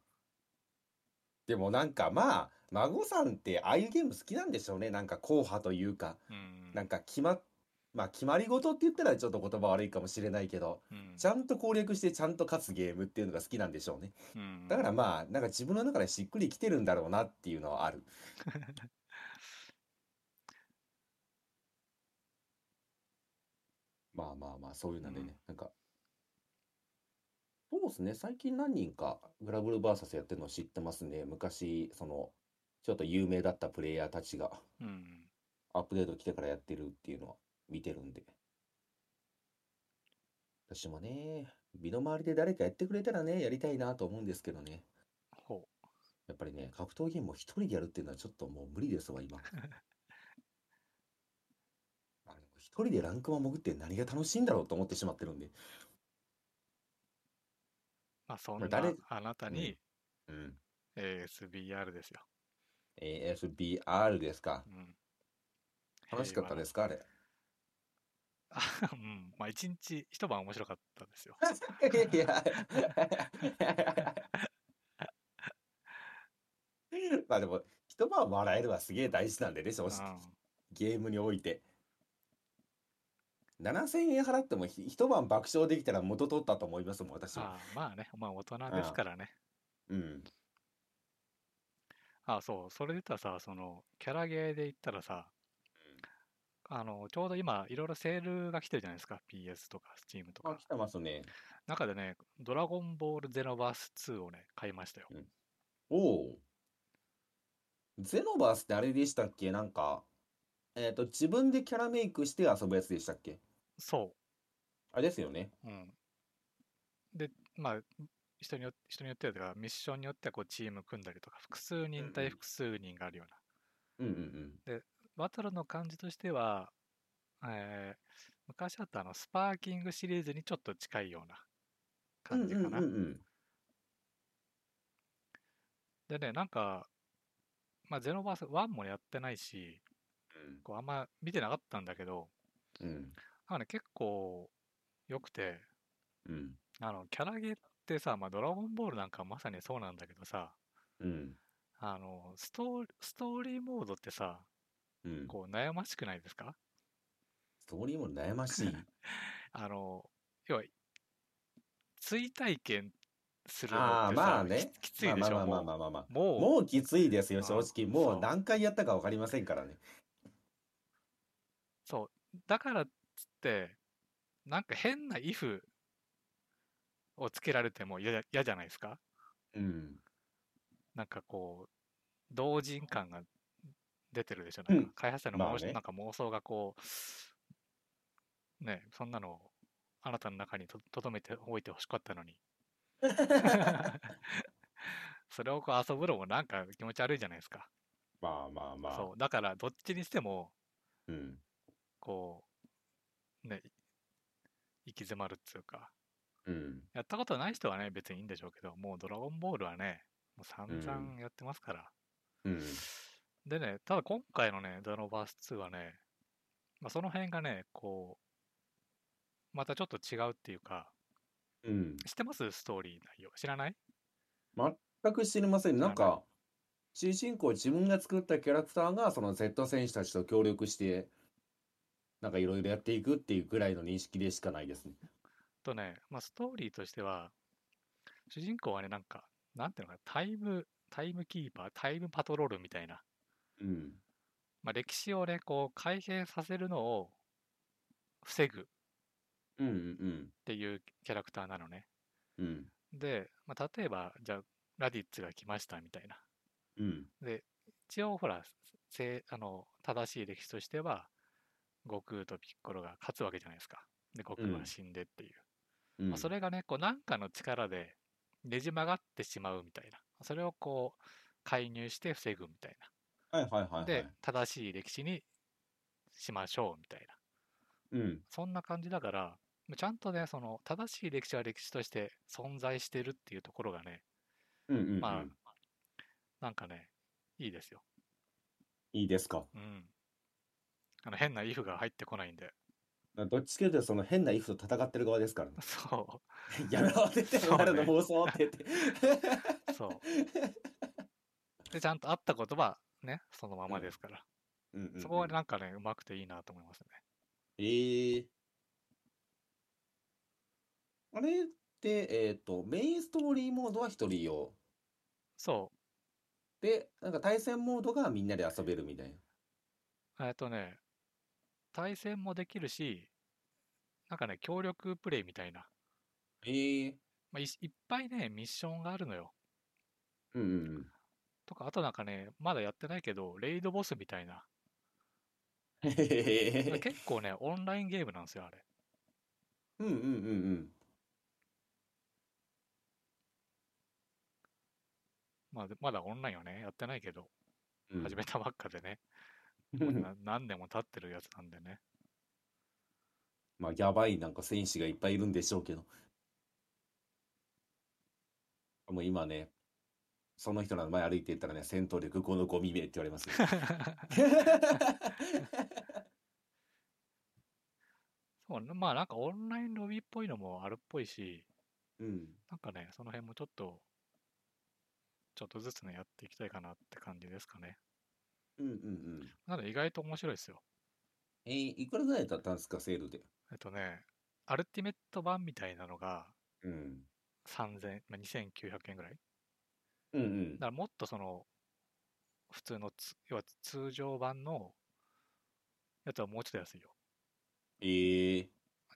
Speaker 2: でもなんかまあ、孫さんってああいうゲーム好きなんでしょうね。なんか硬派というか、
Speaker 1: うん。
Speaker 2: なんか決まっ、まあ決まり事って言ったらちょっと言葉悪いかもしれないけど、
Speaker 1: うん
Speaker 2: ちゃんと攻略してちゃんと勝つゲームっていうのが好きなんでしょうね。
Speaker 1: うん
Speaker 2: だからまあ、なんか自分の中でしっくりきてるんだろうなっていうのはあ る。まあまあまあ、そういうのでね、なんか、そうですね、最近何人かグラブルバーサスやってるの知ってますね。昔、その、ちょっと有名だったプレイヤーたちが
Speaker 1: うん。
Speaker 2: アップデート来てからやってるっていうのは見てるんで。私もね、身の回りで誰かやってくれたらね、やりたいなと思うんですけどね。
Speaker 1: ほう。
Speaker 2: やっぱりね、格闘ゲームを一人でやるっていうのはちょっともう無理ですわ、 今。あの一人でランクマ潜って何が楽しいんだろうと思ってしまってるんで。
Speaker 1: まあそん
Speaker 2: ま
Speaker 1: な
Speaker 2: あ誰
Speaker 1: あなたに
Speaker 2: うん。
Speaker 1: ASBR ですよ。
Speaker 2: ASBR ですか
Speaker 1: う。ん。。
Speaker 2: 楽しかったですすか、あれ。
Speaker 1: うん。まあ一日一晩面白かったです よ。
Speaker 2: いや。まあでも、一晩笑えるはすげえ大事なんでね、正直。ゲームにおいて。7000円払ってもひ一晩爆笑できたら元取ったと思いますもん、私
Speaker 1: うん
Speaker 2: は。
Speaker 1: あーまあね、まあ大人ですからね。
Speaker 2: うん。
Speaker 1: あ、そう、それで言ったらさ、その、キャラゲーで言ったらさ、あの、ちょうど今、いろいろセールが来てるじゃないですか、PS とか Steam と
Speaker 2: あ、
Speaker 1: か
Speaker 2: 来。てますね。
Speaker 1: 中でね、ドラゴンボールゼノバース2をね、買いましたよ。
Speaker 2: おお。ゼノバースってあれでしたっけなんか、えっと、自分でキャラメイクして遊ぶやつでしたっけ
Speaker 1: そ
Speaker 2: あれですよね。
Speaker 1: う。うん。で、まあ、人によ人によってはとか、ミッションによってはこうチーム組んだりとか、複数
Speaker 2: うんう
Speaker 1: 人
Speaker 2: ん
Speaker 1: 対複数人があるような。
Speaker 2: うんうん
Speaker 1: バトルの感じとしては、えー昔あったあの、スパーキングシリーズにちょっと近いような
Speaker 2: う
Speaker 1: 感
Speaker 2: ん。
Speaker 1: じかな。
Speaker 2: うんうんうん
Speaker 1: でね、なんか、まあ、ゼロバース1もやってないし、こうあんま見てなかったんだけど、
Speaker 2: うん。うん。
Speaker 1: なんかね、結構良くて、
Speaker 2: うん。
Speaker 1: あの、キャラゲーってさ、まあ、ドラゴンボールなんかまさにそうなんだけどさ、
Speaker 2: うん。
Speaker 1: あの、ストーストーリーモードってさ、
Speaker 2: うん。
Speaker 1: こう悩ましくないですか
Speaker 2: ストーリーも悩 ましい。
Speaker 1: あの、要は、追体験するのっ
Speaker 2: ああ、
Speaker 1: て
Speaker 2: まあ
Speaker 1: さ、
Speaker 2: ね。
Speaker 1: ききついでし
Speaker 2: ま
Speaker 1: ょ、
Speaker 2: あまあまあま
Speaker 1: も
Speaker 2: あまあまあ
Speaker 1: う。も
Speaker 2: まあ。
Speaker 1: う、
Speaker 2: もうきついですよ、
Speaker 1: うん
Speaker 2: 正直。
Speaker 1: そ
Speaker 2: も
Speaker 1: う
Speaker 2: う何回やったか分かりませんからね。
Speaker 1: そう、だからっつって、なんか変な if をつけられても嫌じゃ嫌じゃないですか
Speaker 2: うん。
Speaker 1: なんかこう、同人感が出てるでしょ。
Speaker 2: う
Speaker 1: なんんか開発者の
Speaker 2: まあ
Speaker 1: 妄想
Speaker 2: ね
Speaker 1: なんか妄想がこう、ね、そんなのをあなたの中にととどめておいてほしかったの に。それをこう遊ぶのもなんか気持ち悪いじゃないですか。
Speaker 2: まあまあまあ。
Speaker 1: そう。だからどっちにしても、
Speaker 2: うん。
Speaker 1: こう、ね、行き詰まるっていうか、
Speaker 2: うん。
Speaker 1: やったことない人はね、別にいいんでしょうけど、もうドラゴンボールはね、もう散
Speaker 2: う
Speaker 1: 々やってますから。
Speaker 2: うん。
Speaker 1: でね、ただ今回のね、ザノバース2はね、まあ、その辺がね、こまたちょっと違うっていうか、
Speaker 2: うん。
Speaker 1: 知ってますストーリー内容。知らない
Speaker 2: 全く知りません。
Speaker 1: な
Speaker 2: なん
Speaker 1: る
Speaker 2: か、主人公自分が作ったキャラクターが、その Z 戦士たちと協力して、なんかいろいろやっていくっていうぐらいの認識でしかないですね。
Speaker 1: とね、まあ、ストーリーとしては、主人公はね、なんか、なんていうのかな、タイム、タイムキーパー、タイムパトロールみたいな、
Speaker 2: うん。
Speaker 1: まあ、歴史をね、こう、改変させるのを防ぐっ
Speaker 2: うんうん
Speaker 1: ていうキャラクターなのね。
Speaker 2: うん。うん。
Speaker 1: で、まあ、例えば、じゃあ、ラディッツが来ましたみたいな。
Speaker 2: うん。
Speaker 1: で、一応、ほら、せあの正しい歴史としては、悟空とピッコロが勝つわけじゃないですか。で、悟空
Speaker 2: う
Speaker 1: は
Speaker 2: ん
Speaker 1: 死んでっていう。
Speaker 2: うん。
Speaker 1: まあ、それがね、こう、なんかの力でねじ曲がってしまうみたいな。それをこう、介入して防ぐみたい
Speaker 2: はいはいはいは
Speaker 1: な。
Speaker 2: い。
Speaker 1: で、正しい歴史にしましょうみたいな。
Speaker 2: うん。
Speaker 1: そんな感じだから、ちゃんとね、その正しい歴史は歴史として存在してるっていうところがね、
Speaker 2: うんうんうん。
Speaker 1: まあ、なんかね、いいですよ。
Speaker 2: いいですか。
Speaker 1: うん。あの、変な if が入ってこないんで。
Speaker 2: どっちかというと、その変なイフと戦ってる側ですからね。
Speaker 1: そ
Speaker 2: やめろって言って、
Speaker 1: そうね
Speaker 2: お前らの妄想って言 って。
Speaker 1: う、そう。で、ちゃんとあった言葉、ね、そのままですから。
Speaker 2: うんうんうん
Speaker 1: そこはなんかね、うまくていいなと思いますね。
Speaker 2: ええあれって、えっと、メインストーリーモードは一人用。
Speaker 1: そ
Speaker 2: で、なんか対戦モードがみんなで遊べるみたいな。
Speaker 1: う。えっとね、対戦もできるし、なんかね、協力プレイみたいな。
Speaker 2: ええ
Speaker 1: まあ、いいっぱいね、ミッションがあるのよ。
Speaker 2: うんうんうん。
Speaker 1: とか、あとなんかね、まだやってないけど、レイドボスみたいな。
Speaker 2: へへへへへ。
Speaker 1: 結構ね、オンラインゲームなんですよ、あれ。
Speaker 2: うんうんうんうん。
Speaker 1: まあ、でまだオンラインはね、やってないけど、
Speaker 2: うん
Speaker 1: 始めたばっかでね、
Speaker 2: う
Speaker 1: もうんな何年も経ってるやつなんでね。
Speaker 2: まあ、やばいなんか戦士がいっぱいいるんでしょうけど。もう今ね、その人の前歩いていったらね、戦闘力5のゴミめって言われ ますよ。
Speaker 1: そうねまあなんかオンラインロビーっぽいのもあるっぽいし、
Speaker 2: うん。
Speaker 1: なんかね、その辺もちょっと、ちょっとずつね、やっていきたいかなって感じですかね。
Speaker 2: うんうんうん。
Speaker 1: なので意外と面白いですよ。
Speaker 2: えーいくらぐらいだったんですか、セールで。
Speaker 1: えっとね、アルティメット版みたいなのが
Speaker 2: うん。
Speaker 1: 3000、まあ、2900円ぐらい。
Speaker 2: う
Speaker 1: だ
Speaker 2: んうん
Speaker 1: か。らもっとその、普通のつ、要は通常版のやつはもうちょっと安いよ。
Speaker 2: えー。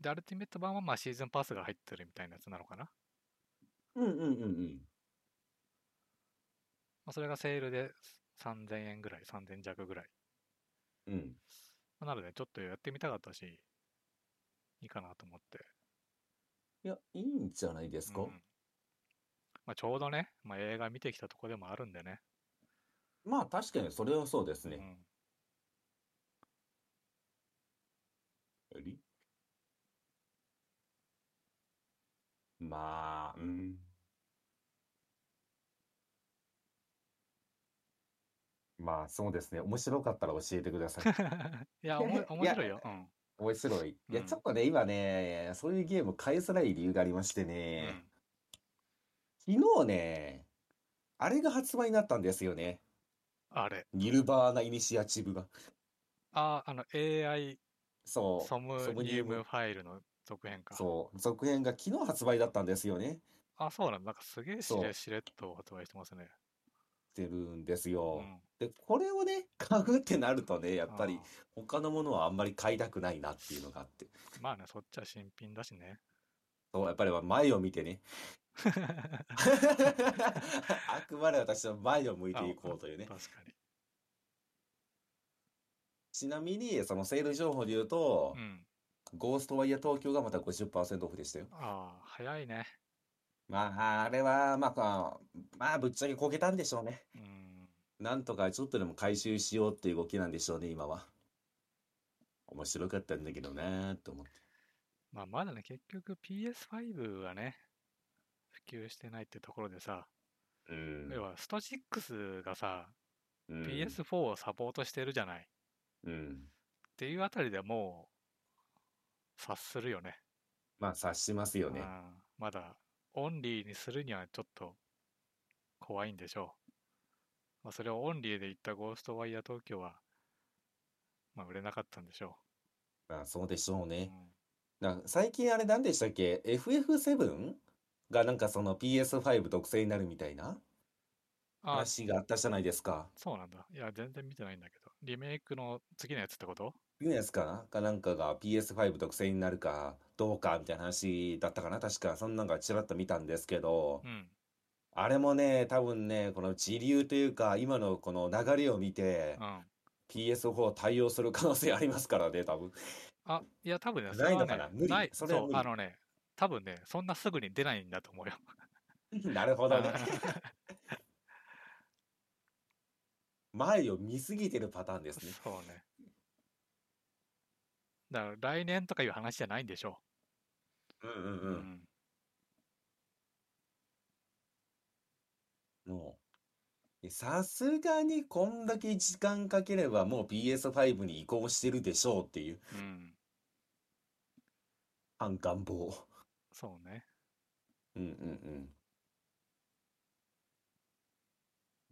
Speaker 1: で、アルティメット版はまあシーズンパスが入ってるみたいなやつなのかな。
Speaker 2: うんうんうんうん。
Speaker 1: まあ、それがセールで3000円ぐらい、3000弱ぐらい。
Speaker 2: うん。
Speaker 1: まあなので、ちょっとやってみたかったし、いいかなと思って。
Speaker 2: いや、いいんじゃないですか
Speaker 1: うん。まあ、ちょうどね、まあ、映画見てきたとこでもあるんでね。
Speaker 2: まあ、確かにそれはそうです
Speaker 1: う
Speaker 2: ね。
Speaker 1: ん、
Speaker 2: りまあ、うん。まあ、そうですね。面白かったら教えてください。
Speaker 1: いや、おも面白いよ。うん。
Speaker 2: 面白 い。いや、
Speaker 1: うん
Speaker 2: ちょっとね、今ね、そういうゲーム買いづらい理由がありまして
Speaker 1: う
Speaker 2: ね、
Speaker 1: ん
Speaker 2: 昨日ね、あれが発売になったんですよね。
Speaker 1: あれ。
Speaker 2: ニルバーナ・イニシアチブが。
Speaker 1: あ、あの AI
Speaker 2: そう、
Speaker 1: ソム
Speaker 2: ソム
Speaker 1: ニ
Speaker 2: ニ
Speaker 1: ウ
Speaker 2: ウ
Speaker 1: ム
Speaker 2: ム
Speaker 1: ファイルの続編か。
Speaker 2: そう、続編が昨日発売だったんですよね。
Speaker 1: あ、そうなんだ。なんかすげえし
Speaker 2: そ
Speaker 1: れ
Speaker 2: う
Speaker 1: しれっと発売してますね。
Speaker 2: してるんです
Speaker 1: う
Speaker 2: よ。
Speaker 1: ん。
Speaker 2: で、これをね、買うってなるとね、やっぱり
Speaker 1: あ
Speaker 2: 他のものはあんまり買いたくないなっていうのがあって。
Speaker 1: ーまあね、そっちは新品だし ね。
Speaker 2: そう、やっぱり前を見 てね。あくまで私は前を向いていこうと いうね。
Speaker 1: 確かに。
Speaker 2: ちなみに、そのセール情報で言うと
Speaker 1: う、ん。
Speaker 2: ゴーストワイヤー東京がまた50%オフでしたよ。
Speaker 1: ああ、早いね。
Speaker 2: まあ、あれは、まあ、まあ、ぶっちゃけこけたんでしょうね。
Speaker 1: うん。
Speaker 2: なんとかちょっとでも回収しようっていう動きなんでしょうね、今は。面白かったんだけどなーと思って。
Speaker 1: まあ、まだね、結局 PS5 がね、普及してないってところでさ、
Speaker 2: うん
Speaker 1: 要はスト6がさ、
Speaker 2: うん
Speaker 1: PS4 をサポートしてるじゃない。っ
Speaker 2: うん。
Speaker 1: ていうあたりでもう、察するよね。
Speaker 2: まあ察しますよね。
Speaker 1: あーまだオンリーにするにはちょっと怖いんでしょう。まあ、それをオンリーで言ったゴーストワイヤー東京は、まあ、売れなかったんでしょ
Speaker 2: まあそうでしょう
Speaker 1: う。う
Speaker 2: ね。
Speaker 1: ん
Speaker 2: な最近あれ何でしたっけ ?FF7 がなんかその PS5 独占になるみたいな
Speaker 1: あー、
Speaker 2: 話があったじゃないですか。
Speaker 1: そうなんだ。いや、全然見てないんだけど。リメイクの次のやつってこと
Speaker 2: 次のやつかなかなんかが PS5 独占になるかどうかみたいな話だったかな確かそんなんがちらっと見たんですけど、
Speaker 1: うん。
Speaker 2: あれもね、多分ね、この時流というか今のこの流れを見て
Speaker 1: うん。
Speaker 2: PS4 対応する可能性ありますからね、多分。
Speaker 1: あ、いや、多分ね、そ
Speaker 2: な
Speaker 1: れ
Speaker 2: い
Speaker 1: は
Speaker 2: のかな
Speaker 1: ね、
Speaker 2: 無
Speaker 1: な
Speaker 2: 理。
Speaker 1: い、
Speaker 2: それは
Speaker 1: そう、
Speaker 2: 無
Speaker 1: あ
Speaker 2: 理。
Speaker 1: のね、多分ね、そんなすぐに出ないんだと思うよ。
Speaker 2: なるほどね。
Speaker 1: あー
Speaker 2: 前を見すぎてるパターンですね。
Speaker 1: そうね。だから来年とかいう話じゃないんでしょ
Speaker 2: うんうん
Speaker 1: う。うん。
Speaker 2: うん。もう、えさすがにこんだけ時間かければもう PS5 に移行してるでしょうっていう
Speaker 1: うん。
Speaker 2: 反願望。
Speaker 1: そうね。
Speaker 2: うんうんうん。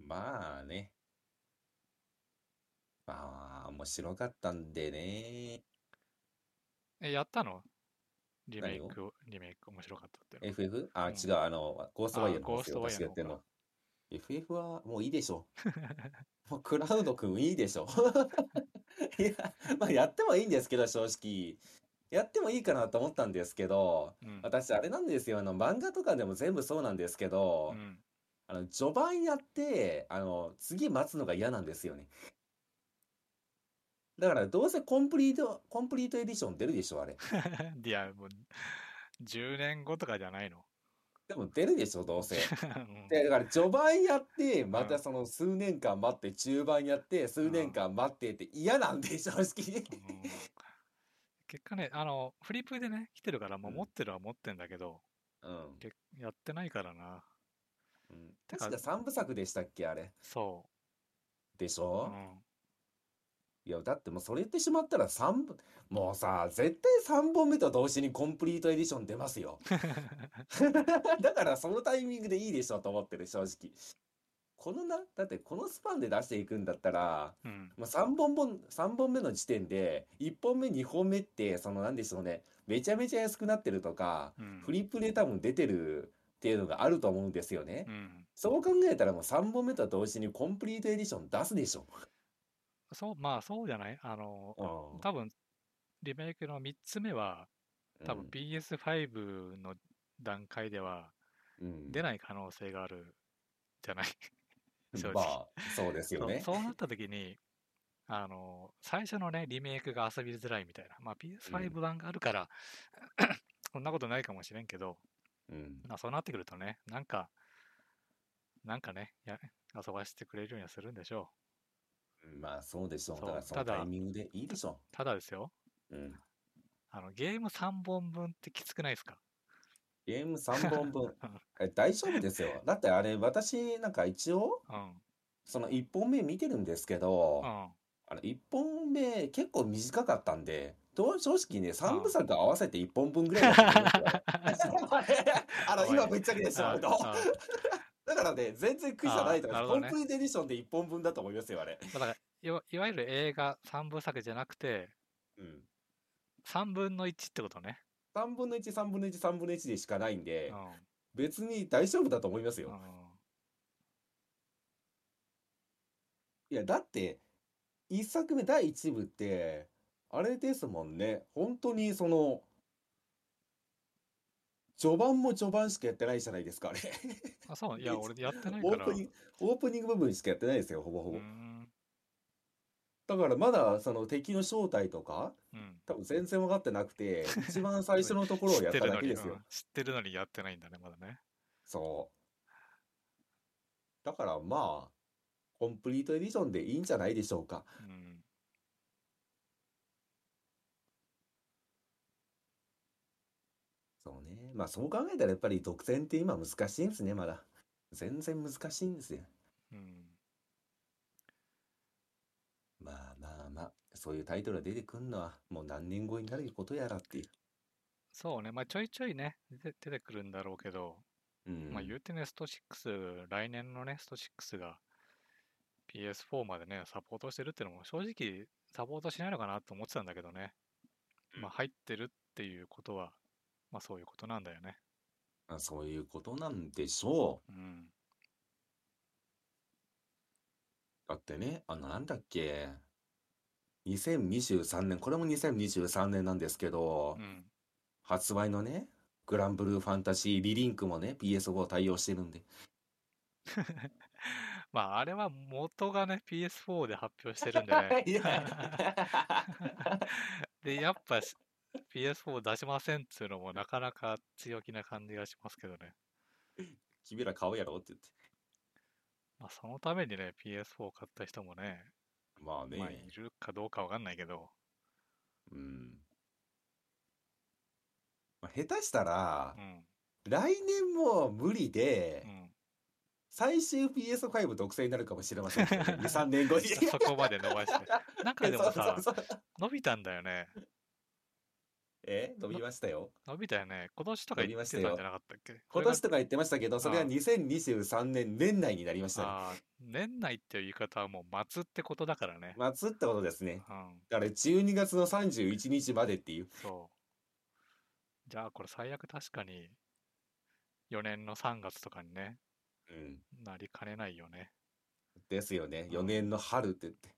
Speaker 2: まあね。まあ、面白かったんでね。
Speaker 1: え、やったのリメ
Speaker 2: 何
Speaker 1: イ
Speaker 2: を
Speaker 1: クを、リメイク面白かったっていう
Speaker 2: ?FF? あ、
Speaker 1: の。う
Speaker 2: 違
Speaker 1: ん。
Speaker 2: う、あの、ゴーストワイ
Speaker 1: ああ、
Speaker 2: ヤーの方で
Speaker 1: ゴー
Speaker 2: す
Speaker 1: ス
Speaker 2: よ、
Speaker 1: トワイ
Speaker 2: 私
Speaker 1: ヤーの
Speaker 2: がやっ
Speaker 1: 方
Speaker 2: てるの。
Speaker 1: か。
Speaker 2: FF はもういいでし ょ。もうクラウドくんいいでしょ。 いや、まあやってもいいんですけど、正直。やってもいいかなと思ったんですけど、
Speaker 1: うん。
Speaker 2: 私あれなんですよ、あの漫画とかでも全部そうなんですけ
Speaker 1: うん。
Speaker 2: ど、あの序盤やって、あの次待つのが嫌なんですよね。だからどうせコンプリート、コンプリートエディション出るでしょ、あれ。
Speaker 1: いや、もう、10年後とかじゃないの。
Speaker 2: でも出るでしょ、どうせ。
Speaker 1: う
Speaker 2: で、
Speaker 1: ん。
Speaker 2: だから序盤やって、
Speaker 1: う
Speaker 2: また
Speaker 1: ん。
Speaker 2: その数年間待って、中盤やって、
Speaker 1: う
Speaker 2: 数年
Speaker 1: ん。
Speaker 2: 間待ってって嫌なんで、正直。
Speaker 1: うん結果ね、あの、フリップでね、来てるから、
Speaker 2: う
Speaker 1: もう持っ
Speaker 2: ん、
Speaker 1: てるは持ってんだけど、
Speaker 2: うん、
Speaker 1: けやってないからな。
Speaker 2: うん。
Speaker 1: て
Speaker 2: 確
Speaker 1: か、
Speaker 2: か3部作でしたっけ、あれ。
Speaker 1: そ
Speaker 2: でし
Speaker 1: う。う
Speaker 2: ょ
Speaker 1: ん。
Speaker 2: いや、だってもうそれ言ってしまったら3本、もうさ、絶対3本目と同時にコンプリートエディション出ますよ。だからそのタイミングでいいでしょと思ってる、正直。このな、だってこのスパンで出していくんだったら、
Speaker 1: うん。
Speaker 2: まあ、3本本、3本目の時点で、1本目、2本目って、そのなんでしょうね、めちゃめちゃ安くなってるとか、
Speaker 1: う
Speaker 2: フ
Speaker 1: ん。
Speaker 2: リップで多分出てるっていうのがあると思うんですよね。
Speaker 1: うん。
Speaker 2: そう考えたらもう3本目と同時にコンプリートエディション出すでしょ。
Speaker 1: そう、まあ、そうじゃないあの、多分、リメイクの3つ目は、
Speaker 2: う
Speaker 1: 多分
Speaker 2: ん。
Speaker 1: PS5 の段階では
Speaker 2: う
Speaker 1: 出
Speaker 2: ん。
Speaker 1: ない可能性があるじゃない 正直
Speaker 2: まあ、そうですよ
Speaker 1: そう、
Speaker 2: ね。
Speaker 1: そうなった時にあの最初のねリメイクが遊びづらいみたいな、まあ、
Speaker 2: うん、
Speaker 1: PS5 版があるから そんなことないかもしれんけど、
Speaker 2: うん。
Speaker 1: まあ、そうなってくるとねなんかなんかねや遊ばせてくれるようにはするんでしょ
Speaker 2: まあ、そうでし
Speaker 1: う
Speaker 2: ょう。だか
Speaker 1: そ
Speaker 2: ら
Speaker 1: うた
Speaker 2: そのタイ
Speaker 1: だ
Speaker 2: ミングでいいで
Speaker 1: た
Speaker 2: しょ
Speaker 1: ただですよ
Speaker 2: う。うん。
Speaker 1: あのゲーム3本分ってきつくないですか
Speaker 2: ゲーム3本 分。え、大丈夫ですよ。だってあれ、私、なんか一応、
Speaker 1: うん
Speaker 2: その1本目見てるんですけ
Speaker 1: う
Speaker 2: ど、
Speaker 1: ん
Speaker 2: あの1本目結構短かったんで、どう正直ね、
Speaker 1: う
Speaker 2: 3部
Speaker 1: ん
Speaker 2: 作合わせて1本分ぐらいだと思いますよ、あれ。
Speaker 1: そう
Speaker 2: あの、
Speaker 1: お
Speaker 2: 今
Speaker 1: い
Speaker 2: ぶっちゃけてしま う
Speaker 1: あ
Speaker 2: と。
Speaker 1: あ
Speaker 2: だからね、全然苦じゃな
Speaker 1: あ
Speaker 2: いと
Speaker 1: あ
Speaker 2: 思い
Speaker 1: なるほど
Speaker 2: ます。コンプ
Speaker 1: ね
Speaker 2: リートエディションで1本分だと思いますよ、あれ。
Speaker 1: まあだからいわ、いわゆる映画3部作じゃなくて
Speaker 2: うん。
Speaker 1: 3分の1ってことね。
Speaker 2: 3分の1、3分の1、3分の1でしかないん
Speaker 1: う
Speaker 2: で、
Speaker 1: ん。
Speaker 2: 別に大丈夫だと思います
Speaker 1: う
Speaker 2: よ。
Speaker 1: ん。
Speaker 2: いや、だって、1作目第1部って、あれですもんね。本当にその、序盤も序盤しかやってないじゃないですか、あれ。
Speaker 1: あ、そう、いや、
Speaker 2: で
Speaker 1: 俺やってない
Speaker 2: オ
Speaker 1: か
Speaker 2: ープ
Speaker 1: ら。
Speaker 2: ニング、オープニング部分しかやってないですよ、ほぼほ
Speaker 1: うー
Speaker 2: ぼ。
Speaker 1: ん。
Speaker 2: だからまだその敵の正体とか、
Speaker 1: うん。
Speaker 2: 多分全然分かってな くて、一番最初のところ
Speaker 1: 知
Speaker 2: を
Speaker 1: っ
Speaker 2: やってた
Speaker 1: る
Speaker 2: だ
Speaker 1: の
Speaker 2: け
Speaker 1: に、
Speaker 2: で
Speaker 1: うん。
Speaker 2: すよ。
Speaker 1: 知ってるのにやってないんだね、まだね。
Speaker 2: そう。だからまあ、コンプリートエディションでいいんじゃないでしょうか。
Speaker 1: うん。
Speaker 2: そうね。まあそう考えたらやっぱり独占って今難しいんですね、まだ。全然難しいんですよ。
Speaker 1: うん。
Speaker 2: まあまあまあ、そういうタイトルが出てくるのはもう何年後になることやらっていう。
Speaker 1: そうね、まあちょいちょいね、出て出てくるんだろうけど、
Speaker 2: うん。
Speaker 1: まあ言うてね、スト6、来年のね、スト6が PS4 までね、サポートしてるってのも正直サポートしないのかなと思ってたんだけどね。まあ入ってるっていうことは、まあそういうことなんだよね。
Speaker 2: まあそういうことなんでしょ
Speaker 1: うん。
Speaker 2: う。だってね、あの、なんだっけ。2023年、これも2023年なんですけど
Speaker 1: う、ん。
Speaker 2: 発売のね、グランブルーファンタジーリリンクもね、PS5 対応してるんで。
Speaker 1: まああれは元がね、PS4 で発表してるんで ね。
Speaker 2: いや
Speaker 1: で、やっぱし PS4 出しませんっつうのもなかなか強気な感じがしますけどね。
Speaker 2: 君ら買うやろって言って。
Speaker 1: まあそのためにね、PS4 買った人もね、
Speaker 2: まあね。
Speaker 1: まあいるかどうかわかんないけど、
Speaker 2: うん。まあ、下手したら
Speaker 1: う、ん、
Speaker 2: 来年も無理で
Speaker 1: う、ん。
Speaker 2: 最終 PS5 独占になるかもしれませんけどね、2、3年後 に。
Speaker 1: そそこまで伸ばして。なんかでもさ、
Speaker 2: そうそうそう
Speaker 1: 伸びたんだよね。
Speaker 2: え伸びましたよ。
Speaker 1: 伸びたよね。今年とか言
Speaker 2: 伸び
Speaker 1: っ
Speaker 2: ま
Speaker 1: て
Speaker 2: したた
Speaker 1: ん
Speaker 2: よ
Speaker 1: じゃなかったっけこ
Speaker 2: 今
Speaker 1: れが
Speaker 2: 年とか言ってましたけど、それは
Speaker 1: ああ
Speaker 2: 2023年年内になりましたね。
Speaker 1: あー年内っていう言い方はもう待つってことだからね。
Speaker 2: 待つってことですね。
Speaker 1: うん、
Speaker 2: だから12月の31日までっていう。
Speaker 1: そう。じゃあこれ最悪確かに4年の3月とかにね、
Speaker 2: うん。
Speaker 1: なりかねないよね。
Speaker 2: ですよね。
Speaker 1: うん
Speaker 2: 4年の春って言って。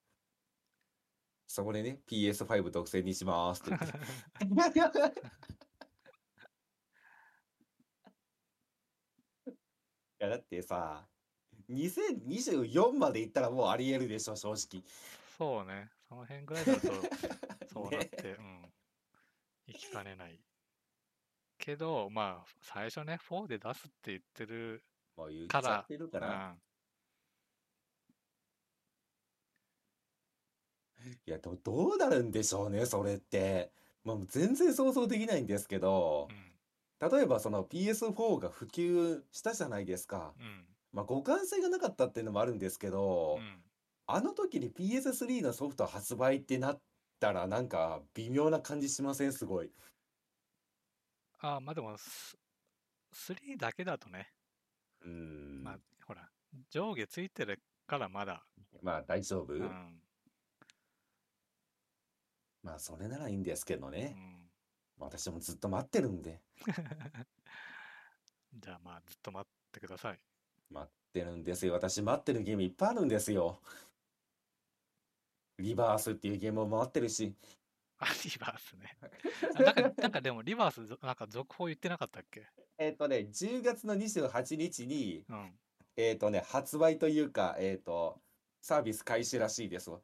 Speaker 2: そこでね、PS5 独占にしますって言 って。いや、だってさ、2024まで行ったらもうあり得るでしょ、正直。
Speaker 1: そうね。その辺ぐらいだと そうなっ
Speaker 2: ね
Speaker 1: て、うん。行きかねない。けど、まあ、最初ね、4で出すって言ってる
Speaker 2: もう言っち
Speaker 1: から
Speaker 2: ゃってるから。いや、でもどうなるんでしょうね、それって。まあ、全然想像できないんですけど
Speaker 1: う、ん、
Speaker 2: 例えばその PS4 が普及したじゃないですか。
Speaker 1: うん、
Speaker 2: まあ、互換性がなかったっていうのもあるんですけ
Speaker 1: う
Speaker 2: ど、
Speaker 1: ん。
Speaker 2: あの時に PS3 のソフト発売ってなったらなんか微妙な感じしませんすごい。
Speaker 1: ああ、まあでも、ス3だけだとね、
Speaker 2: うん。
Speaker 1: まあ、ほら、上下ついてるからまだ、
Speaker 2: まあ大丈夫
Speaker 1: うん、うん。
Speaker 2: まあそれならいいんですけどね。私もずっと待ってるんで。
Speaker 1: じゃあまあ、ずっと待ってください。
Speaker 2: 待ってるんですよ。私待ってるゲームいっぱいあるんですよ。リバースっていうゲームも待ってるし。
Speaker 1: あ、リバースね。あなんか、なんかでも、リバースぞ、なんか続報言ってなかったっけ
Speaker 2: えっとね、10月の28日に、
Speaker 1: うん。
Speaker 2: えっとね、発売というか、えっと、サービス開始らしいですわ。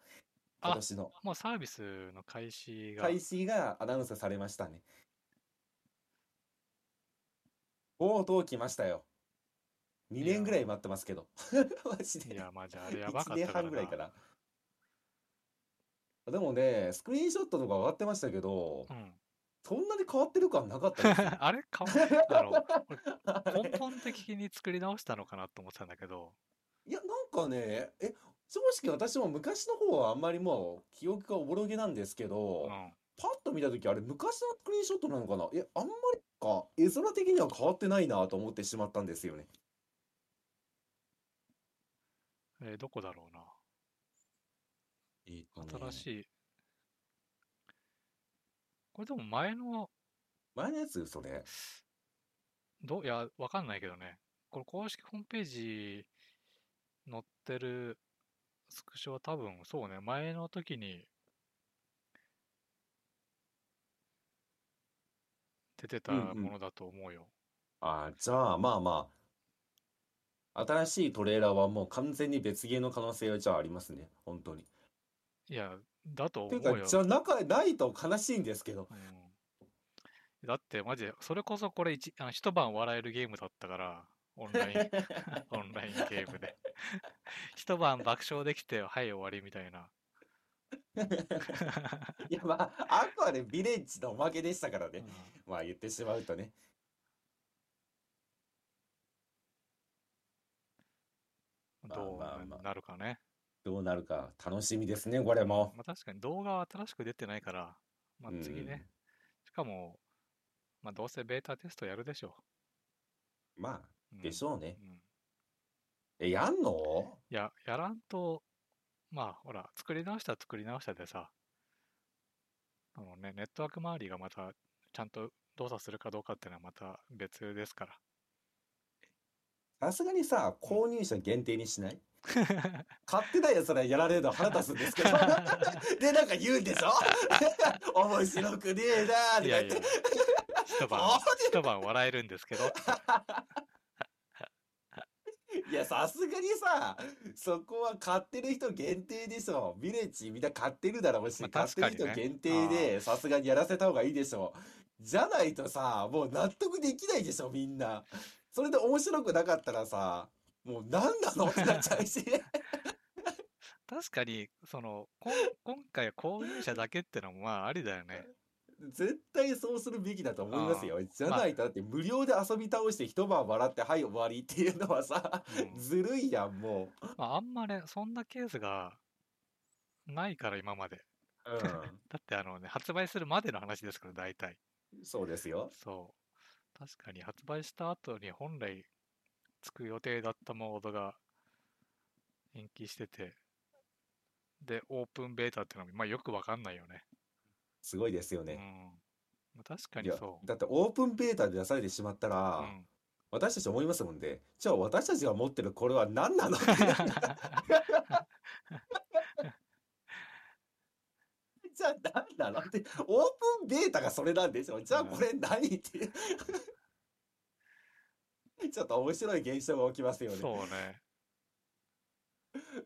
Speaker 1: あ
Speaker 2: 今年の。
Speaker 1: もうサービスの開始が、
Speaker 2: 開始がアナウンスされましたね。おお、とう来ましたよ。2年ぐらい待ってますけど。 マジ
Speaker 1: い
Speaker 2: で。
Speaker 1: や、まあじゃああれやばか
Speaker 2: 1
Speaker 1: った
Speaker 2: 年
Speaker 1: から
Speaker 2: 半ぐらい
Speaker 1: な
Speaker 2: かな。でもね、スクリーンショットとか上がってましたけど、
Speaker 1: うん。
Speaker 2: そんなに変わってる感なかったですよ
Speaker 1: あれかわあの、俺根本的に作り直したのかなと思ってたんだけど、
Speaker 2: いや、なんかね、え、正直私も昔の方はあんまりもう記憶がおぼろげなんですけ
Speaker 1: う
Speaker 2: ど、
Speaker 1: ん。
Speaker 2: パッと見た時あれ昔のスクリーンショットなのかなえあんまりか絵面的には変わってないなと思ってしまったんですよね
Speaker 1: えーどこだろうな。
Speaker 2: え
Speaker 1: 新しい。これでも前の、
Speaker 2: 前のやつそれ
Speaker 1: どういや、わかんないけどね。これ公式ホームページ載ってるスクショは多分、そうね、前の時に出てた
Speaker 2: うんうん
Speaker 1: ものだと思うよ。
Speaker 2: あじゃあまあまあ新しいトレーラーはもう完全に別ゲーの可能性はじゃあありますね本当に
Speaker 1: いや、だと思
Speaker 2: ていううか
Speaker 1: よ。
Speaker 2: じゃあ中ないと悲しいんですけ ど
Speaker 1: うんだってマジでそれこそこれ一あの一晩笑えるゲームだったからオンラ イン オンラインゲームで一晩爆笑できてはい終わりみたいな
Speaker 2: いやまああくまでヴィレッジのおまけでしたから
Speaker 1: う
Speaker 2: ね
Speaker 1: ん
Speaker 2: まあ言ってしまうとねま あ
Speaker 1: ど
Speaker 2: まあま
Speaker 1: う
Speaker 2: あ
Speaker 1: なるかね、
Speaker 2: どうなるか楽しみですねこれも
Speaker 1: まあ、確かに動画は新しく出てないから、まあ、次ね、しかもまあ、どうせベータテストやるでしょ
Speaker 2: まあ、
Speaker 1: う。うん
Speaker 2: でしょうね。
Speaker 1: うん
Speaker 2: え、やんの
Speaker 1: いや、やらんと、まあ、ほら、作り直したら作り直したでさ、あのね、ネットワーク周りがまた、ちゃんと動作するかどうかっていうのはまた別ですから。
Speaker 2: さすがにさ、購入者限定にしない買ってないやつらやられるの腹立つんですけど。で、なんか言うんでしょ 面白くねえなーとか
Speaker 1: い
Speaker 2: 言
Speaker 1: や
Speaker 2: っ
Speaker 1: いや
Speaker 2: て。、
Speaker 1: 一晩
Speaker 2: あ、
Speaker 1: 一晩笑えるんですけど、
Speaker 2: いや、さすがにさ、そこは買ってる人限定でしょ。ヴィレッジみんな買ってるだろうし、
Speaker 1: まあ
Speaker 2: 買ってる
Speaker 1: 確か
Speaker 2: 人
Speaker 1: にね
Speaker 2: 限定で、さすがにやらせた方がいいでしょ。じゃないとさ、もう納得できないでしょ、みんな。それで面白くなかったらさ、もう何なのってなっちゃ うし。
Speaker 1: 確かに、その、こん今回は購入者だけってのもまあありだよね。
Speaker 2: 絶対そうするべきだと思いますよ。じゃ
Speaker 1: まあ
Speaker 2: ないと、だって無料で遊び倒して一晩笑って、はい、終わりっていうのはさ、
Speaker 1: うん
Speaker 2: ずるいやん、もう。
Speaker 1: まあ、あんまね、そんなケースがないから今まで。
Speaker 2: う
Speaker 1: だってあのね、発売するまでの話ですから、大体。
Speaker 2: ん。 そうですよ。
Speaker 1: そう。確かに発売した後に本来つく予定だったモードが延期してて、で、オープンベータってのも、まあよくわかんないよね。
Speaker 2: すごいですよ
Speaker 1: うん
Speaker 2: ね。
Speaker 1: まあ。確か
Speaker 2: い
Speaker 1: に
Speaker 2: や
Speaker 1: そう。
Speaker 2: だってオープンベータで出されてしまったら、
Speaker 1: うん
Speaker 2: 私たち思いますもんで、じゃあ私たちが持ってるこれは何なの じゃあ何なのって、オープンベータがそれなんでしょじゃあこれ何って いう。ちょっと面白い現象が起きま すよね。
Speaker 1: そうね。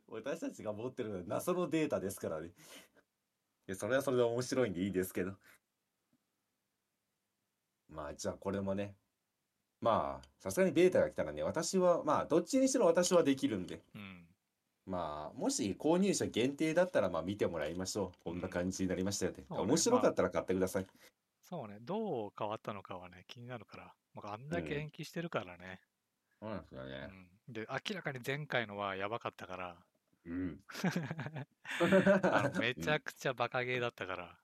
Speaker 2: 私たちが持ってるのは謎のデータですからね。いや、それはそれで面白いんでいいですけど。まあ、じゃあこれもね。まあ、さすがにベータが来たらね、私は、まあ、どっちにしろ私はできるんで。
Speaker 1: うん。
Speaker 2: まあ、もし購入者限定だったら、まあ見てもらいましょう。こんな感じになりましたよね。
Speaker 1: そうね
Speaker 2: 面白かったら買ってください。
Speaker 1: そうね。どう変わったのかはね、気になるから。まあ、あんだけ
Speaker 2: うん
Speaker 1: 延期してるからね。
Speaker 2: そうなんですよ
Speaker 1: う
Speaker 2: ね。
Speaker 1: ん。で、明らかに前回のはやばかった から、
Speaker 2: うん。
Speaker 1: あのめちゃくちゃバカゲーだった から。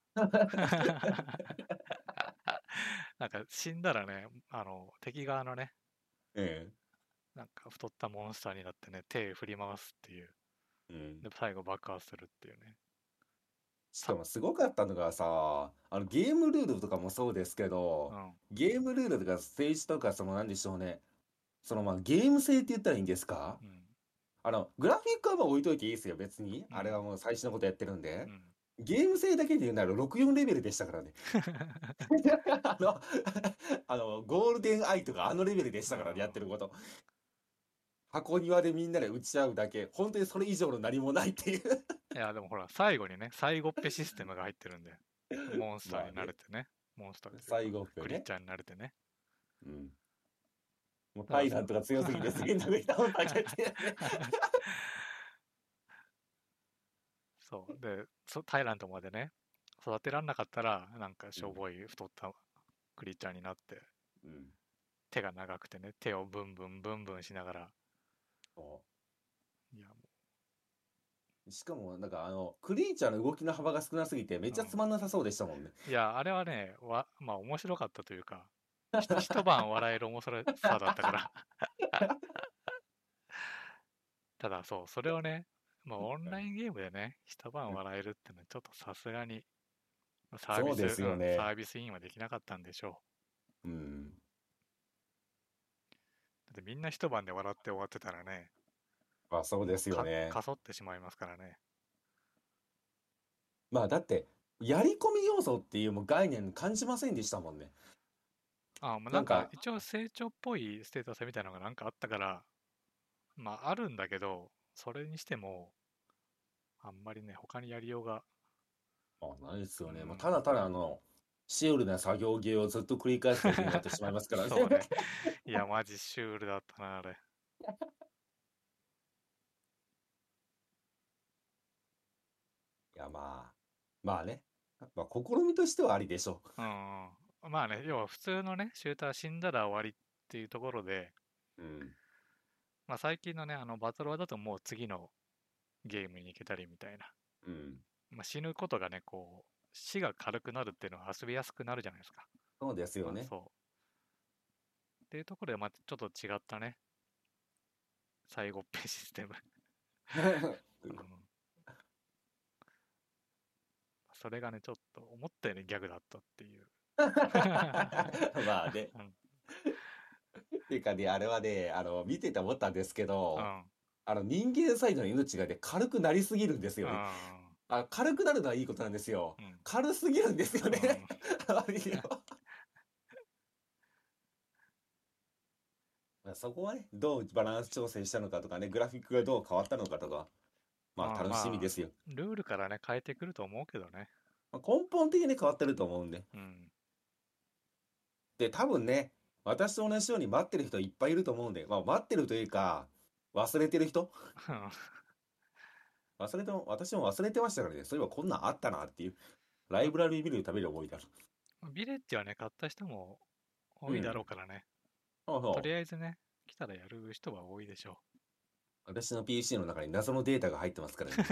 Speaker 1: なんか死んだらね、あの敵側のね、
Speaker 2: うん。
Speaker 1: なんか太ったモンスターになってね、手振り回すっていう。
Speaker 2: うん
Speaker 1: で、最後爆発するっていうね。
Speaker 2: しかもすごかったのがさ、あのゲームルールとかもそうですけど、
Speaker 1: うん。
Speaker 2: ゲームルールとか政治とかその何でしょうね。そのまあゲーム性って言ったらいいんですか
Speaker 1: うん。
Speaker 2: あの、グラフィックはまあ置いといていいですよ、別に。
Speaker 1: うん
Speaker 2: あれはもう最新のことやってるん
Speaker 1: う
Speaker 2: で。
Speaker 1: ん、
Speaker 2: ゲーム性だけで言うなら64レベルでしたから ね。あの、 あの、ゴールデンアイとかあのレベルでしたからね、やってること。箱庭でみんなで打ち合うだけ、本当にそれ以上の何もないっていう。
Speaker 1: いや、でもほら、最後にね、最後っぺシステムが入ってる んで、モンスターになれてね、モンスターっていうか
Speaker 2: 最後っぺね
Speaker 1: クリーチャーになれてね。
Speaker 2: うん。もうタイラントが強すぎて、すげえ殴ったことだけって。
Speaker 1: そう。で、そタイラントまでね、育てらんなかったら、なんかしょぼい太ったクリーチャーになって、
Speaker 2: うん。
Speaker 1: 手が長くてね、手をブンブンブンブンしながら、
Speaker 2: そう
Speaker 1: いや、も
Speaker 2: しかも、なんかあの、クリーチャーの動きの幅が少なすぎて、めっちゃつまんなさそうでしたもんね。
Speaker 1: ういやあれはね、わまあ面白かったというか、ひと一晩笑える面白さだったから。 ただそう、それをね、まあオンラインゲームでね、一晩笑えるってのはちょっとさすがに、まあサービス、
Speaker 2: そうですよね
Speaker 1: うんサービスインはできなかったんでしょ
Speaker 2: うん。
Speaker 1: う。だってみんな一晩で笑って終わってたらね、
Speaker 2: まあ、そうですよ
Speaker 1: か
Speaker 2: ね。
Speaker 1: かそってしまいますからね。
Speaker 2: まあ、だって、やり込み要素っていうもう概念感じませんでしたもんね。
Speaker 1: あ、まあ、
Speaker 2: な
Speaker 1: なんん
Speaker 2: か
Speaker 1: か一応成長っぽいステータスみたいなのがなんかあったから、まああるんだけど、それにしても、あんまりね、他にやりようが、
Speaker 2: まあ、ないですよね。
Speaker 1: うん
Speaker 2: まあ、ただただ、あの、シュールな作業芸をずっと繰り返すことになってしまいます から
Speaker 1: そうね
Speaker 2: ね。。
Speaker 1: いや、マジシュールだったな、あれ。
Speaker 2: いや、まあ、まあね。まあ、試みとしてはありでしょ
Speaker 1: うんうん。まあね、要は普通のね、シューター死んだら終わりっていうところで、
Speaker 2: う。うん。
Speaker 1: まあ最近のね、あのバトロワだともう次のゲームに行けたりみたいな。
Speaker 2: うん。
Speaker 1: まあ死ぬことがね、こう、死が軽くなるっていうのは遊びやすくなるじゃないですか。
Speaker 2: そうですよね。
Speaker 1: そう。っていうところで、またちょっと違ったね、最後っぺシステム。うんそれがね、ちょっと思ったよりギャグだったっていう。
Speaker 2: まあね。
Speaker 1: うん
Speaker 2: っていうかね、あれはね、あの、見てて思ったんですけ
Speaker 1: う
Speaker 2: ど、
Speaker 1: ん。
Speaker 2: あの、人間サイドの命がね、軽くなりすぎるんです
Speaker 1: う
Speaker 2: よね。
Speaker 1: ん
Speaker 2: あ、軽くなるのはいいことなんですよ。
Speaker 1: うん
Speaker 2: 軽すぎるんですよね。あいいよ まあそこはね、どうバランス調整したのかとかね、グラフィックがどう変わったのかとか、ま
Speaker 1: ま
Speaker 2: あ
Speaker 1: あ
Speaker 2: 楽しみですよ。
Speaker 1: うんルールからね、変えてくると思うけどね。
Speaker 2: まあ根本的に変わってると思うんで。
Speaker 1: うん。
Speaker 2: で、多分ね、私と同じように待ってる人いっぱいいると思うんで、まあ、待ってるというか、忘れてる人忘れても、私も忘れてましたからね、そういえばこんなんあったなっていう、ライブラリー見るために覚えた。
Speaker 1: ビレッジはね、買った人も多いだろうからね。
Speaker 2: そうそう
Speaker 1: とりあえずね、来たらやる人は多いでしょ
Speaker 2: 私の PC の中に謎のデータが入ってますからね。